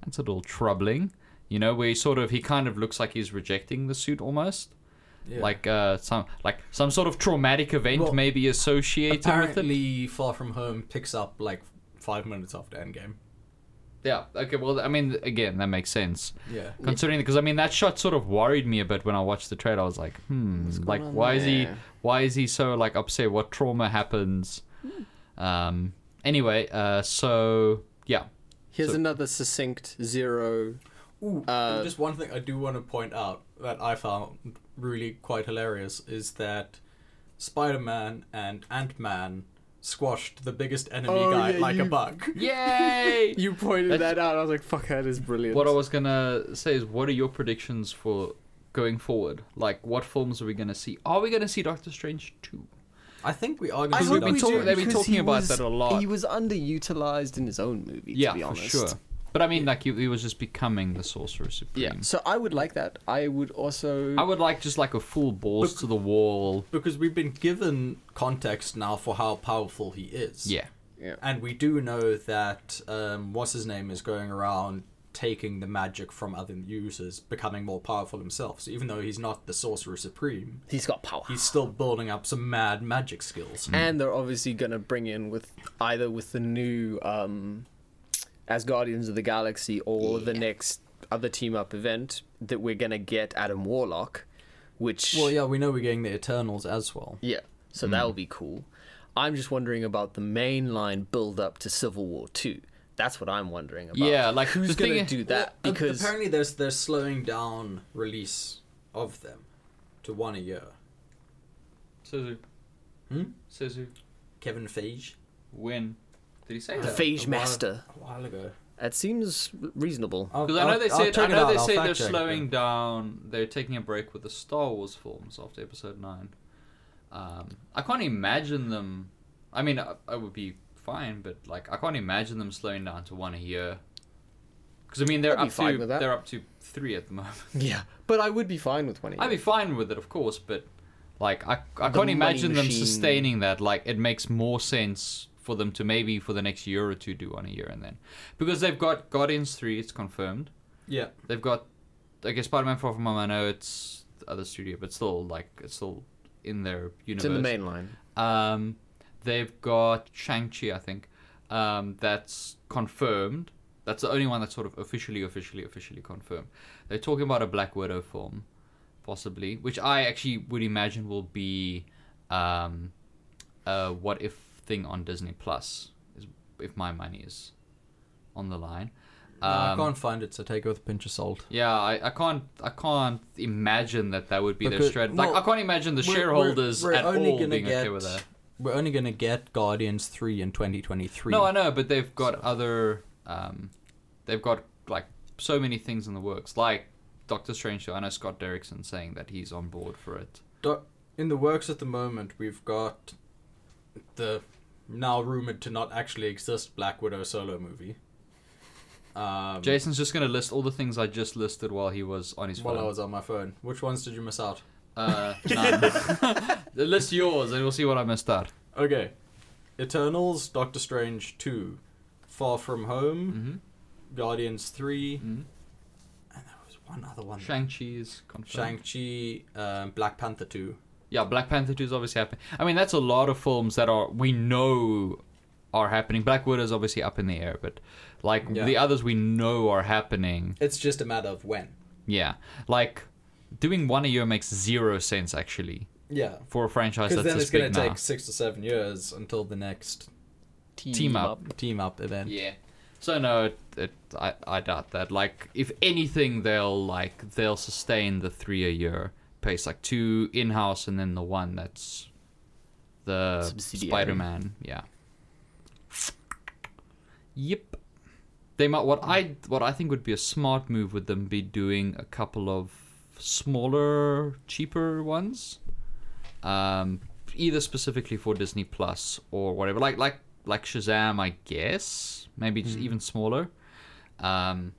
Speaker 1: that's a little troubling. You know, where he sort of he kind of looks like he's rejecting the suit almost
Speaker 2: yeah.
Speaker 1: like uh some like some sort of traumatic event
Speaker 2: Well,
Speaker 1: maybe associated with it.
Speaker 2: apparently, Far From Home picks up like five minutes after Endgame.
Speaker 1: Yeah. Okay. Well, I mean, again, that makes sense.
Speaker 2: Yeah,
Speaker 1: Considering, because I mean, that shot sort of worried me a bit when I watched the trailer. I was like, hmm, like
Speaker 3: on
Speaker 1: why is he
Speaker 3: there?
Speaker 1: why is he so like upset? What trauma happens?
Speaker 3: Hmm.
Speaker 1: Um. Anyway. Uh. So yeah.
Speaker 3: Here's
Speaker 1: So-
Speaker 3: another succinct zero.
Speaker 2: Ooh,
Speaker 3: Uh,
Speaker 2: just one thing I do want to point out that I found really quite hilarious is that Spider Man and Ant Man squashed the biggest enemy
Speaker 3: Oh,
Speaker 2: guy
Speaker 3: yeah,
Speaker 2: like a
Speaker 3: you-
Speaker 2: bug.
Speaker 1: Yay!
Speaker 3: You pointed
Speaker 1: That's-
Speaker 3: that out. I was like, "Fuck, that is brilliant."
Speaker 1: what I was gonna say is, what are your predictions for going forward? Like, what films are we gonna see? Are we gonna see Doctor Strange two?
Speaker 2: I think we are
Speaker 3: I
Speaker 2: going
Speaker 1: Because
Speaker 2: to
Speaker 1: we've
Speaker 3: hope
Speaker 1: been
Speaker 3: we
Speaker 1: talk-
Speaker 3: do,
Speaker 1: they've been
Speaker 3: because
Speaker 1: talking
Speaker 3: he
Speaker 1: about
Speaker 3: was-
Speaker 1: that a lot.
Speaker 3: He was underutilized in his own movie.
Speaker 1: yeah,
Speaker 3: to be
Speaker 1: for
Speaker 3: honest.
Speaker 1: sure. But I mean, like he, he was just becoming the sorcerer
Speaker 3: Yeah.
Speaker 1: supreme.
Speaker 3: So I would like that. I would also.
Speaker 1: I would like just like a full balls to the wall.
Speaker 2: because we've been given context now for how powerful he is.
Speaker 1: Yeah,
Speaker 3: yeah.
Speaker 2: And we do know that um, what's his name is going around taking the magic from other users, becoming more powerful himself. So even though he's not the sorcerer supreme,
Speaker 3: He's got power.
Speaker 2: he's still building up some mad magic skills.
Speaker 3: and they're obviously going to bring in with either with the new um as guardians of the galaxy or the next other team up event that we're going to get adam warlock which
Speaker 2: Well, yeah, we know we're getting the Eternals as well.
Speaker 3: yeah, so that'll be cool i'm just wondering about the mainline build up to civil war 2 that's what i'm wondering about
Speaker 1: Yeah, like, the
Speaker 3: who's
Speaker 1: thing
Speaker 3: going to
Speaker 1: is-
Speaker 3: do that
Speaker 2: Well, a-
Speaker 3: because
Speaker 2: apparently there's they're slowing down release of them to one a year.
Speaker 1: Suzu.
Speaker 2: Hmm?
Speaker 1: Suzu.
Speaker 2: Kevin Feige,
Speaker 1: When did he say
Speaker 3: the
Speaker 1: that?
Speaker 3: phage
Speaker 2: a while-
Speaker 3: master
Speaker 2: a while ago.
Speaker 3: that seems reasonable
Speaker 1: Because I know they said I know they say they're slowing
Speaker 2: down.
Speaker 1: down. They're taking a break with the Star Wars films after Episode Nine. Um, I can't imagine them. I mean, I, I would be fine, but like I can't imagine them slowing down to one a year. Because I mean, they're
Speaker 3: I'd be
Speaker 1: up
Speaker 3: fine
Speaker 1: to
Speaker 3: with that.
Speaker 1: they're up to three at the moment.
Speaker 3: yeah but i would be fine with 20
Speaker 1: I'd be fine with it, of course, but like I, I
Speaker 3: The
Speaker 1: can't
Speaker 3: money
Speaker 1: imagine them
Speaker 3: machine.
Speaker 1: sustaining that. Like it makes more sense for them to maybe for the next year or two do on a year and then because they've got Guardians three, it's confirmed.
Speaker 2: Yeah.
Speaker 1: They've got I guess Spider Man Far From Home. I know it's the other studio, but still like it's still in their universe.
Speaker 3: it's in the mainline
Speaker 1: Um, they've got Shang Chi, I think. Um, that's confirmed. That's the only one that's sort of officially, officially, officially confirmed. They're talking about a Black Widow film, possibly, which I actually would imagine will be um, a what if thing on Disney Plus, is if my money is on the line.
Speaker 2: I
Speaker 1: Um,
Speaker 2: can't find it, so take it with a pinch of salt.
Speaker 1: yeah, I, I can't I can't imagine that that would be their
Speaker 2: Because-
Speaker 1: strategy. Like
Speaker 2: well,
Speaker 1: I can't imagine the
Speaker 2: We're- we're-
Speaker 1: shareholders
Speaker 2: we're
Speaker 1: at
Speaker 2: only
Speaker 1: all
Speaker 2: gonna
Speaker 1: being
Speaker 2: get-
Speaker 1: okay with that.
Speaker 2: We're only going to get Guardians 3 in 2023.
Speaker 1: No, I know, but they've got other. Um, they've got like so many things in the works, like Doctor Strange. I know Scott Derrickson saying that he's on board for it.
Speaker 2: Do- in the works at the moment, we've got the now rumored to not actually exist Black Widow solo movie. Um,
Speaker 1: Jason's just going to list all the things I just listed while he was on his
Speaker 2: while I
Speaker 1: phone.
Speaker 2: was on my phone, which ones did you miss out?
Speaker 1: Uh, none. list yours, and we'll see what I missed out.
Speaker 2: Okay, Eternals, Doctor Strange two, Far From Home,
Speaker 1: Mm-hmm.
Speaker 2: Guardians 3 and there was one other one.
Speaker 1: Shang Chi's confirmed.
Speaker 2: Shang Chi, um, Black Panther two.
Speaker 1: Yeah, Black Panther 2 is obviously happening. I mean, that's a lot of films that are we know are happening. Black Widow is obviously up in the air, but like
Speaker 2: Yeah.
Speaker 1: the others we know are happening.
Speaker 2: It's just a matter of when.
Speaker 1: Yeah, like doing one a year makes zero sense actually
Speaker 2: Yeah,
Speaker 1: for a franchise
Speaker 2: because
Speaker 1: that's
Speaker 2: then
Speaker 1: this
Speaker 2: it's going
Speaker 1: big
Speaker 2: to
Speaker 1: now.
Speaker 2: take six to seven years until the next
Speaker 3: Team,
Speaker 1: up.
Speaker 2: team up event.
Speaker 1: Yeah. So no, it, it, I I doubt that. Like, if anything, they'll like they'll sustain the three a year pace, like two in house and then the one that's the
Speaker 3: Subsidiary.
Speaker 1: Spider Man. Yeah. Yep. They might. What I what I think would be a smart move would them be doing a couple of smaller, cheaper ones, um, either specifically for Disney Plus or whatever. Like like like Shazam, I guess. Maybe
Speaker 3: Hmm.
Speaker 1: just even smaller. Um,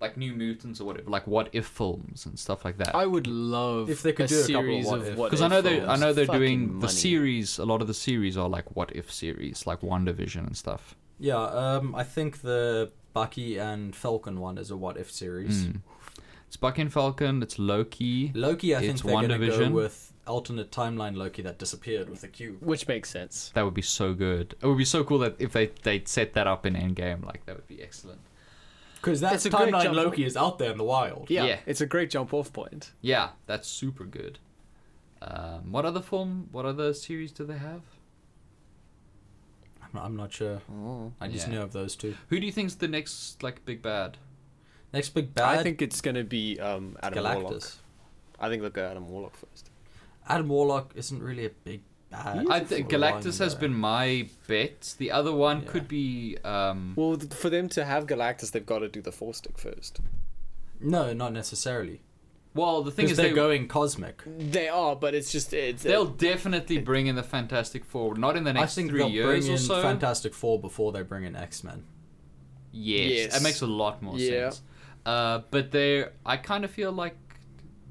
Speaker 1: like New Mutants or whatever. Like what if films and stuff like that.
Speaker 3: I would love
Speaker 2: If they could
Speaker 3: a
Speaker 2: do a couple of
Speaker 3: series
Speaker 2: what
Speaker 3: of
Speaker 2: if.
Speaker 3: what
Speaker 1: Because I
Speaker 3: if
Speaker 1: know they I
Speaker 3: films.
Speaker 1: know they're
Speaker 3: Fucking
Speaker 1: doing the
Speaker 3: money.
Speaker 1: series. A lot of the series are like what if series, like WandaVision and stuff.
Speaker 2: Yeah, um, I think the Bucky and Falcon one is a what if series.
Speaker 1: Hmm. It's Bucky and Falcon. It's Loki.
Speaker 2: Loki, I
Speaker 1: It's
Speaker 2: think they're going to go
Speaker 1: WandaVision.
Speaker 2: with alternate timeline Loki that disappeared with a cube.
Speaker 3: which makes sense.
Speaker 1: That would be so good. It would be so cool that if they they set that up in Endgame, like that would be excellent.
Speaker 2: Because that
Speaker 3: It's a great
Speaker 2: timeline
Speaker 3: jump.
Speaker 2: Loki is out there in the wild.
Speaker 3: Yeah,
Speaker 1: Yeah.
Speaker 3: it's a great jump off point.
Speaker 1: Yeah, that's super good. Um, what other film? What other series do they have?
Speaker 2: I'm, I'm not sure. I just
Speaker 1: Oh. Yeah.
Speaker 2: know of those two.
Speaker 1: Who do you think's the next like big bad?
Speaker 2: Next big bad,
Speaker 3: I think it's gonna be um, Adam Warlock.
Speaker 2: Galactus.
Speaker 3: I think they'll go Adam Warlock first.
Speaker 2: Adam Warlock isn't really a big bad.
Speaker 1: I think
Speaker 2: for a
Speaker 1: Galactus
Speaker 2: while,
Speaker 1: has
Speaker 2: though.
Speaker 1: been my bet. The other one
Speaker 2: Yeah.
Speaker 1: could be um,
Speaker 3: Well, th- for them to have Galactus, they've got to do the four stick first.
Speaker 2: No, not necessarily.
Speaker 1: well. The thing
Speaker 2: Because
Speaker 1: is,
Speaker 2: they're
Speaker 1: they
Speaker 2: going cosmic.
Speaker 3: They are, but it's just it's
Speaker 1: They'll
Speaker 3: it-
Speaker 1: definitely bring in the Fantastic Four, not in the
Speaker 2: I
Speaker 1: next
Speaker 2: think
Speaker 1: three
Speaker 2: they'll
Speaker 1: years
Speaker 2: bring in
Speaker 1: or so.
Speaker 2: Fantastic Four before they bring in X Men.
Speaker 1: yes,
Speaker 3: Yes.
Speaker 1: that makes a lot more
Speaker 3: Yeah.
Speaker 1: sense. Uh, but they, I kind of feel like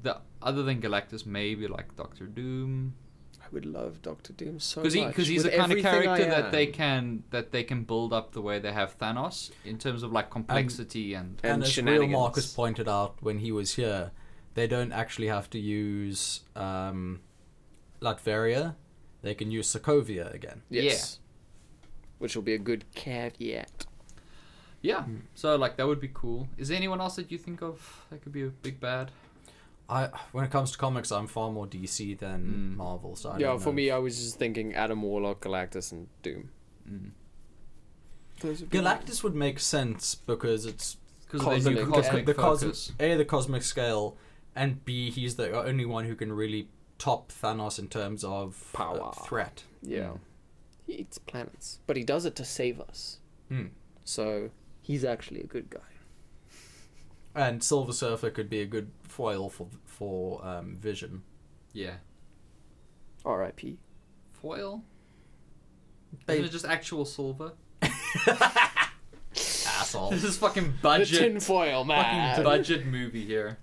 Speaker 1: the other than Galactus, maybe like Doctor Doom,
Speaker 3: I would love Doctor Doom so
Speaker 1: because
Speaker 3: much,
Speaker 1: he's
Speaker 3: with
Speaker 1: the kind of
Speaker 3: everything I
Speaker 1: character that they
Speaker 3: am.
Speaker 1: can that they can build up the way they have Thanos in terms of
Speaker 2: Um,
Speaker 1: like complexity and
Speaker 3: And
Speaker 2: and, as real
Speaker 3: shenanigans.
Speaker 2: Marcus pointed out when he was here, they don't actually have to use um, Latveria. They can use Sokovia again.
Speaker 3: Yes. Which will be a good caveat.
Speaker 1: yeah.
Speaker 2: hmm.
Speaker 1: So like that would be cool. Is there anyone else that you think of that could be a big bad?
Speaker 2: I when it comes to comics, I'm far more DC
Speaker 1: Hmm.
Speaker 2: than Marvel. So I
Speaker 3: yeah,
Speaker 2: don't
Speaker 3: for
Speaker 2: know.
Speaker 3: me, I was just thinking Adam Warlock, Galactus, and Doom.
Speaker 2: Galactus would make sense because it's
Speaker 1: 'Cause of the new cosmic
Speaker 2: the cos-
Speaker 1: focus.
Speaker 2: a the cosmic scale, and b he's the only one who can really top Thanos in terms of uh,
Speaker 3: Power.
Speaker 2: threat.
Speaker 3: Yeah. He eats planets, but he does it to save us.
Speaker 2: Hmm.
Speaker 3: So he's actually a good guy.
Speaker 2: And Silver Surfer could be a good foil for for um, Vision.
Speaker 1: Yeah,
Speaker 3: R.I.P.
Speaker 1: foil.
Speaker 2: They-
Speaker 1: Isn't it just actual silver?
Speaker 2: Asshole.
Speaker 1: This is fucking
Speaker 3: The
Speaker 1: budget.
Speaker 3: tinfoil
Speaker 1: fucking
Speaker 3: man.
Speaker 1: budget movie here.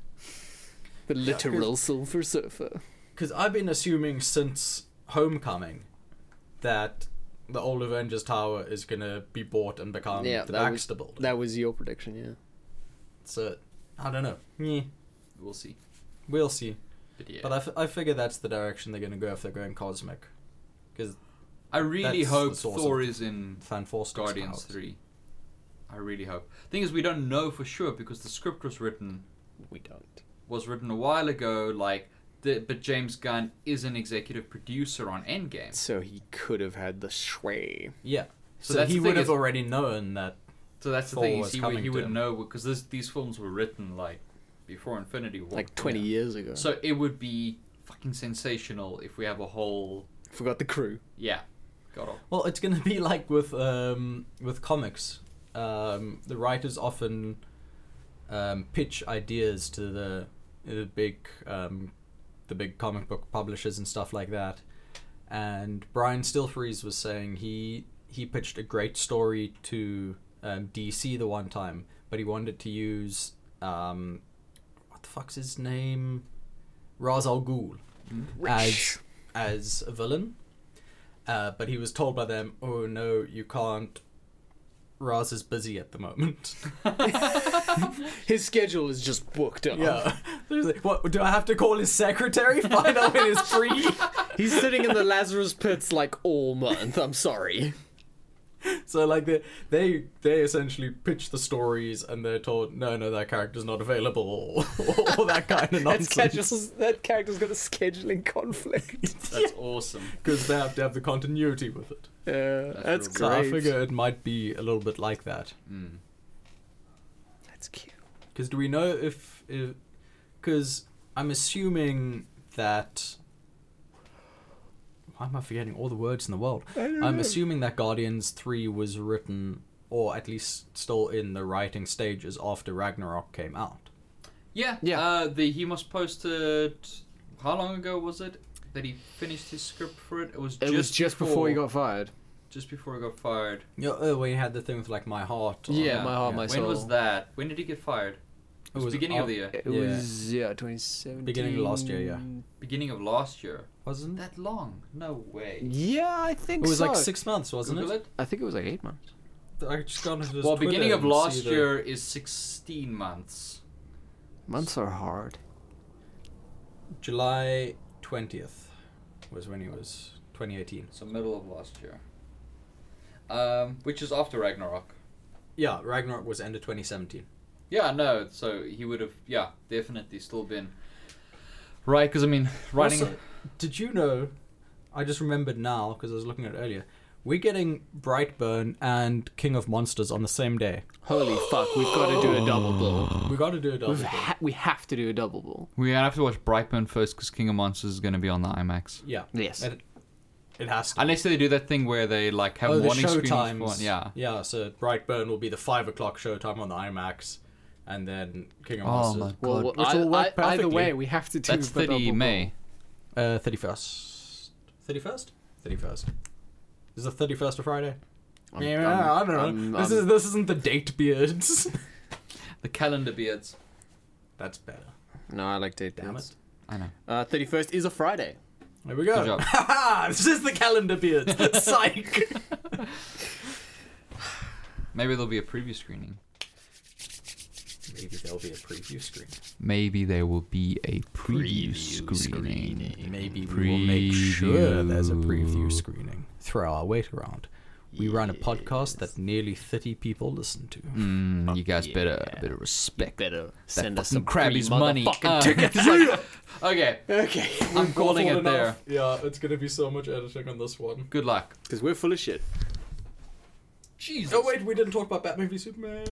Speaker 3: the literal Silver Surfer.
Speaker 2: Because I've been assuming since Homecoming that the old Avengers Tower is going to be bought and become
Speaker 3: yeah,
Speaker 2: the
Speaker 3: that was,
Speaker 2: Baxter Building.
Speaker 3: that was your prediction, yeah.
Speaker 2: So, I don't know. Yeah,
Speaker 1: We'll see.
Speaker 2: we'll see.
Speaker 1: But yeah.
Speaker 2: But uh, I, f- I figure that's the direction they're going to go if they're going cosmic. Because
Speaker 1: I really
Speaker 2: That's
Speaker 1: hope
Speaker 2: the source
Speaker 1: Thor
Speaker 2: of
Speaker 1: is in
Speaker 2: Fan Force
Speaker 1: Guardians
Speaker 2: powers.
Speaker 1: 3. I really hope. Thing is, we don't know for sure because the script was written
Speaker 3: We don't.
Speaker 1: was written a while ago. Like, the, but James Gunn is an executive producer on Endgame.
Speaker 3: So he could have had the sway.
Speaker 2: Yeah. So,
Speaker 1: that's
Speaker 2: he
Speaker 1: the
Speaker 2: would
Speaker 1: thing
Speaker 2: have
Speaker 1: is-
Speaker 2: already known that
Speaker 1: So that's the
Speaker 2: Thor
Speaker 1: thing.
Speaker 2: was
Speaker 1: Is he,
Speaker 2: coming
Speaker 1: he
Speaker 2: to
Speaker 1: would
Speaker 2: him.
Speaker 1: know because this, these films were written like before Infinity War,
Speaker 3: like 20 years ago.
Speaker 1: So it would be fucking sensational if we have a whole
Speaker 3: Forgot the crew.
Speaker 1: yeah, oh, got off.
Speaker 2: Well, it's gonna be like with um, with comics. Um, the writers often um, pitch ideas to the the big um, the big comic book publishers and stuff like that. And Brian Stilfries was saying he he pitched a great story to um, DC the one time, but he wanted to use um, what the fuck's his name, Ra's al Ghul, as as a villain. Uh, but he was told by them, "Oh no, you can't. Raz is busy at the moment."
Speaker 3: His schedule is just booked up.
Speaker 2: yeah. There's like, what do I have to call his secretary? Find out when he's free.
Speaker 3: He's sitting in the Lazarus pits like all month. I'm sorry.
Speaker 2: so like they they they essentially pitch the stories and they're told, "No, no, that character's not available," or, that kind of
Speaker 3: That,
Speaker 2: nonsense.
Speaker 3: schedule's, that character's got a scheduling conflict.
Speaker 1: That's awesome.
Speaker 2: Because they have to have the continuity with it.
Speaker 3: Yeah, that's,
Speaker 1: That's
Speaker 2: So I
Speaker 3: great.
Speaker 2: figure it might be a little bit like that.
Speaker 3: That's cute.
Speaker 2: Because do we know if if because I'm assuming that why am I forgetting all the words in the world? I am assuming that Guardians three was written or at least still in the writing stages after Ragnarok came out.
Speaker 1: Yeah,
Speaker 3: Yeah.
Speaker 1: Uh, the he must posted. How long ago was it that he finished his script for it? It was
Speaker 3: It
Speaker 1: just
Speaker 3: was just before, he got fired.
Speaker 1: just before he got fired.
Speaker 2: You know, uh, when you had the thing with like my heart. Or,
Speaker 3: Yeah, My Heart,
Speaker 2: yeah.
Speaker 3: My
Speaker 2: It
Speaker 1: When was
Speaker 3: Soul.
Speaker 1: that? When did he get fired? It was, beginning
Speaker 2: up-
Speaker 1: of the year.
Speaker 3: It
Speaker 2: Yeah.
Speaker 3: was yeah, 2017.
Speaker 2: Beginning of last year, yeah.
Speaker 1: Beginning of last year.
Speaker 2: wasn't it?
Speaker 1: That long? No way.
Speaker 3: Yeah, I think
Speaker 2: It was
Speaker 3: so.
Speaker 2: like six months, wasn't
Speaker 1: Google
Speaker 2: it?
Speaker 1: it.
Speaker 3: I think it was like eight months.
Speaker 2: I just got into his
Speaker 1: Well,
Speaker 2: Twitter
Speaker 1: beginning of
Speaker 2: and see
Speaker 1: last
Speaker 2: the-
Speaker 1: year is 16 months.
Speaker 3: Months are hard.
Speaker 2: July twentieth was when he was 2018.
Speaker 1: So middle of last year. Um, which is after Ragnarok.
Speaker 2: Yeah, Ragnarok was end of 2017.
Speaker 1: Yeah, no. So he would have, yeah, definitely still been right. Because I mean, writing.
Speaker 2: Also, did you know? I just remembered now because I was looking at it earlier. We're getting Brightburn and King of Monsters on the same day.
Speaker 3: Holy fuck, we've got to do a double bill.
Speaker 2: We got to do a double.
Speaker 3: We've ha- we have to do a double bill.
Speaker 1: we have to watch Brightburn first because King of Monsters is going to be on the IMAX.
Speaker 2: Yeah.
Speaker 3: Yes.
Speaker 2: It, it has to.
Speaker 1: Unless they do that thing where they like have
Speaker 2: oh,
Speaker 1: one
Speaker 2: the
Speaker 1: warning
Speaker 2: show
Speaker 1: screen
Speaker 2: times.
Speaker 1: one. Yeah.
Speaker 2: Yeah. So Brightburn will be the five o'clock show time on the IMAX, and then King of
Speaker 1: Oh
Speaker 2: Monsters.
Speaker 1: my
Speaker 3: Well,
Speaker 1: God.
Speaker 2: Which will
Speaker 3: I-
Speaker 2: work
Speaker 3: I- either
Speaker 2: perfectly.
Speaker 3: way, we have to do
Speaker 1: That's
Speaker 3: the
Speaker 1: 30
Speaker 3: double
Speaker 1: May.
Speaker 2: Uh, thirty first. Thirty first. Thirty first. Is the thirty first a Friday? yeah,
Speaker 3: I'm-
Speaker 2: I don't know.
Speaker 3: I'm-
Speaker 2: this
Speaker 3: I'm-
Speaker 2: is this isn't the date beards.
Speaker 1: The calendar beards.
Speaker 2: That's better.
Speaker 3: bill. No, I like date
Speaker 2: Damn
Speaker 3: dates.
Speaker 2: it.
Speaker 1: I know.
Speaker 3: Uh, 31st is a Friday.
Speaker 2: There we go.
Speaker 1: Good job.
Speaker 2: Haha, this is the calendar beard. Psych.
Speaker 1: Maybe there'll be a preview screening.
Speaker 2: Maybe there'll be a preview screen.
Speaker 1: Maybe there will be a preview, screening.
Speaker 2: Maybe we will make sure there's a preview screening. Throw our weight around. We run a podcast that nearly 30 people listen to.
Speaker 1: Mm, you guys better better respect
Speaker 3: Better
Speaker 1: that
Speaker 3: send us
Speaker 1: fucking
Speaker 3: some
Speaker 1: Krabby's
Speaker 3: free
Speaker 1: money.
Speaker 3: motherfucking
Speaker 1: Uh,
Speaker 3: tickets.
Speaker 1: it's like- okay,
Speaker 3: Okay.
Speaker 1: I'm calling it there.
Speaker 2: Yeah, it's going to be so much editing on this one.
Speaker 1: Good luck.
Speaker 3: Because we're full of shit.
Speaker 1: Jesus.
Speaker 2: Oh, wait, we didn't talk about Batman v Superman.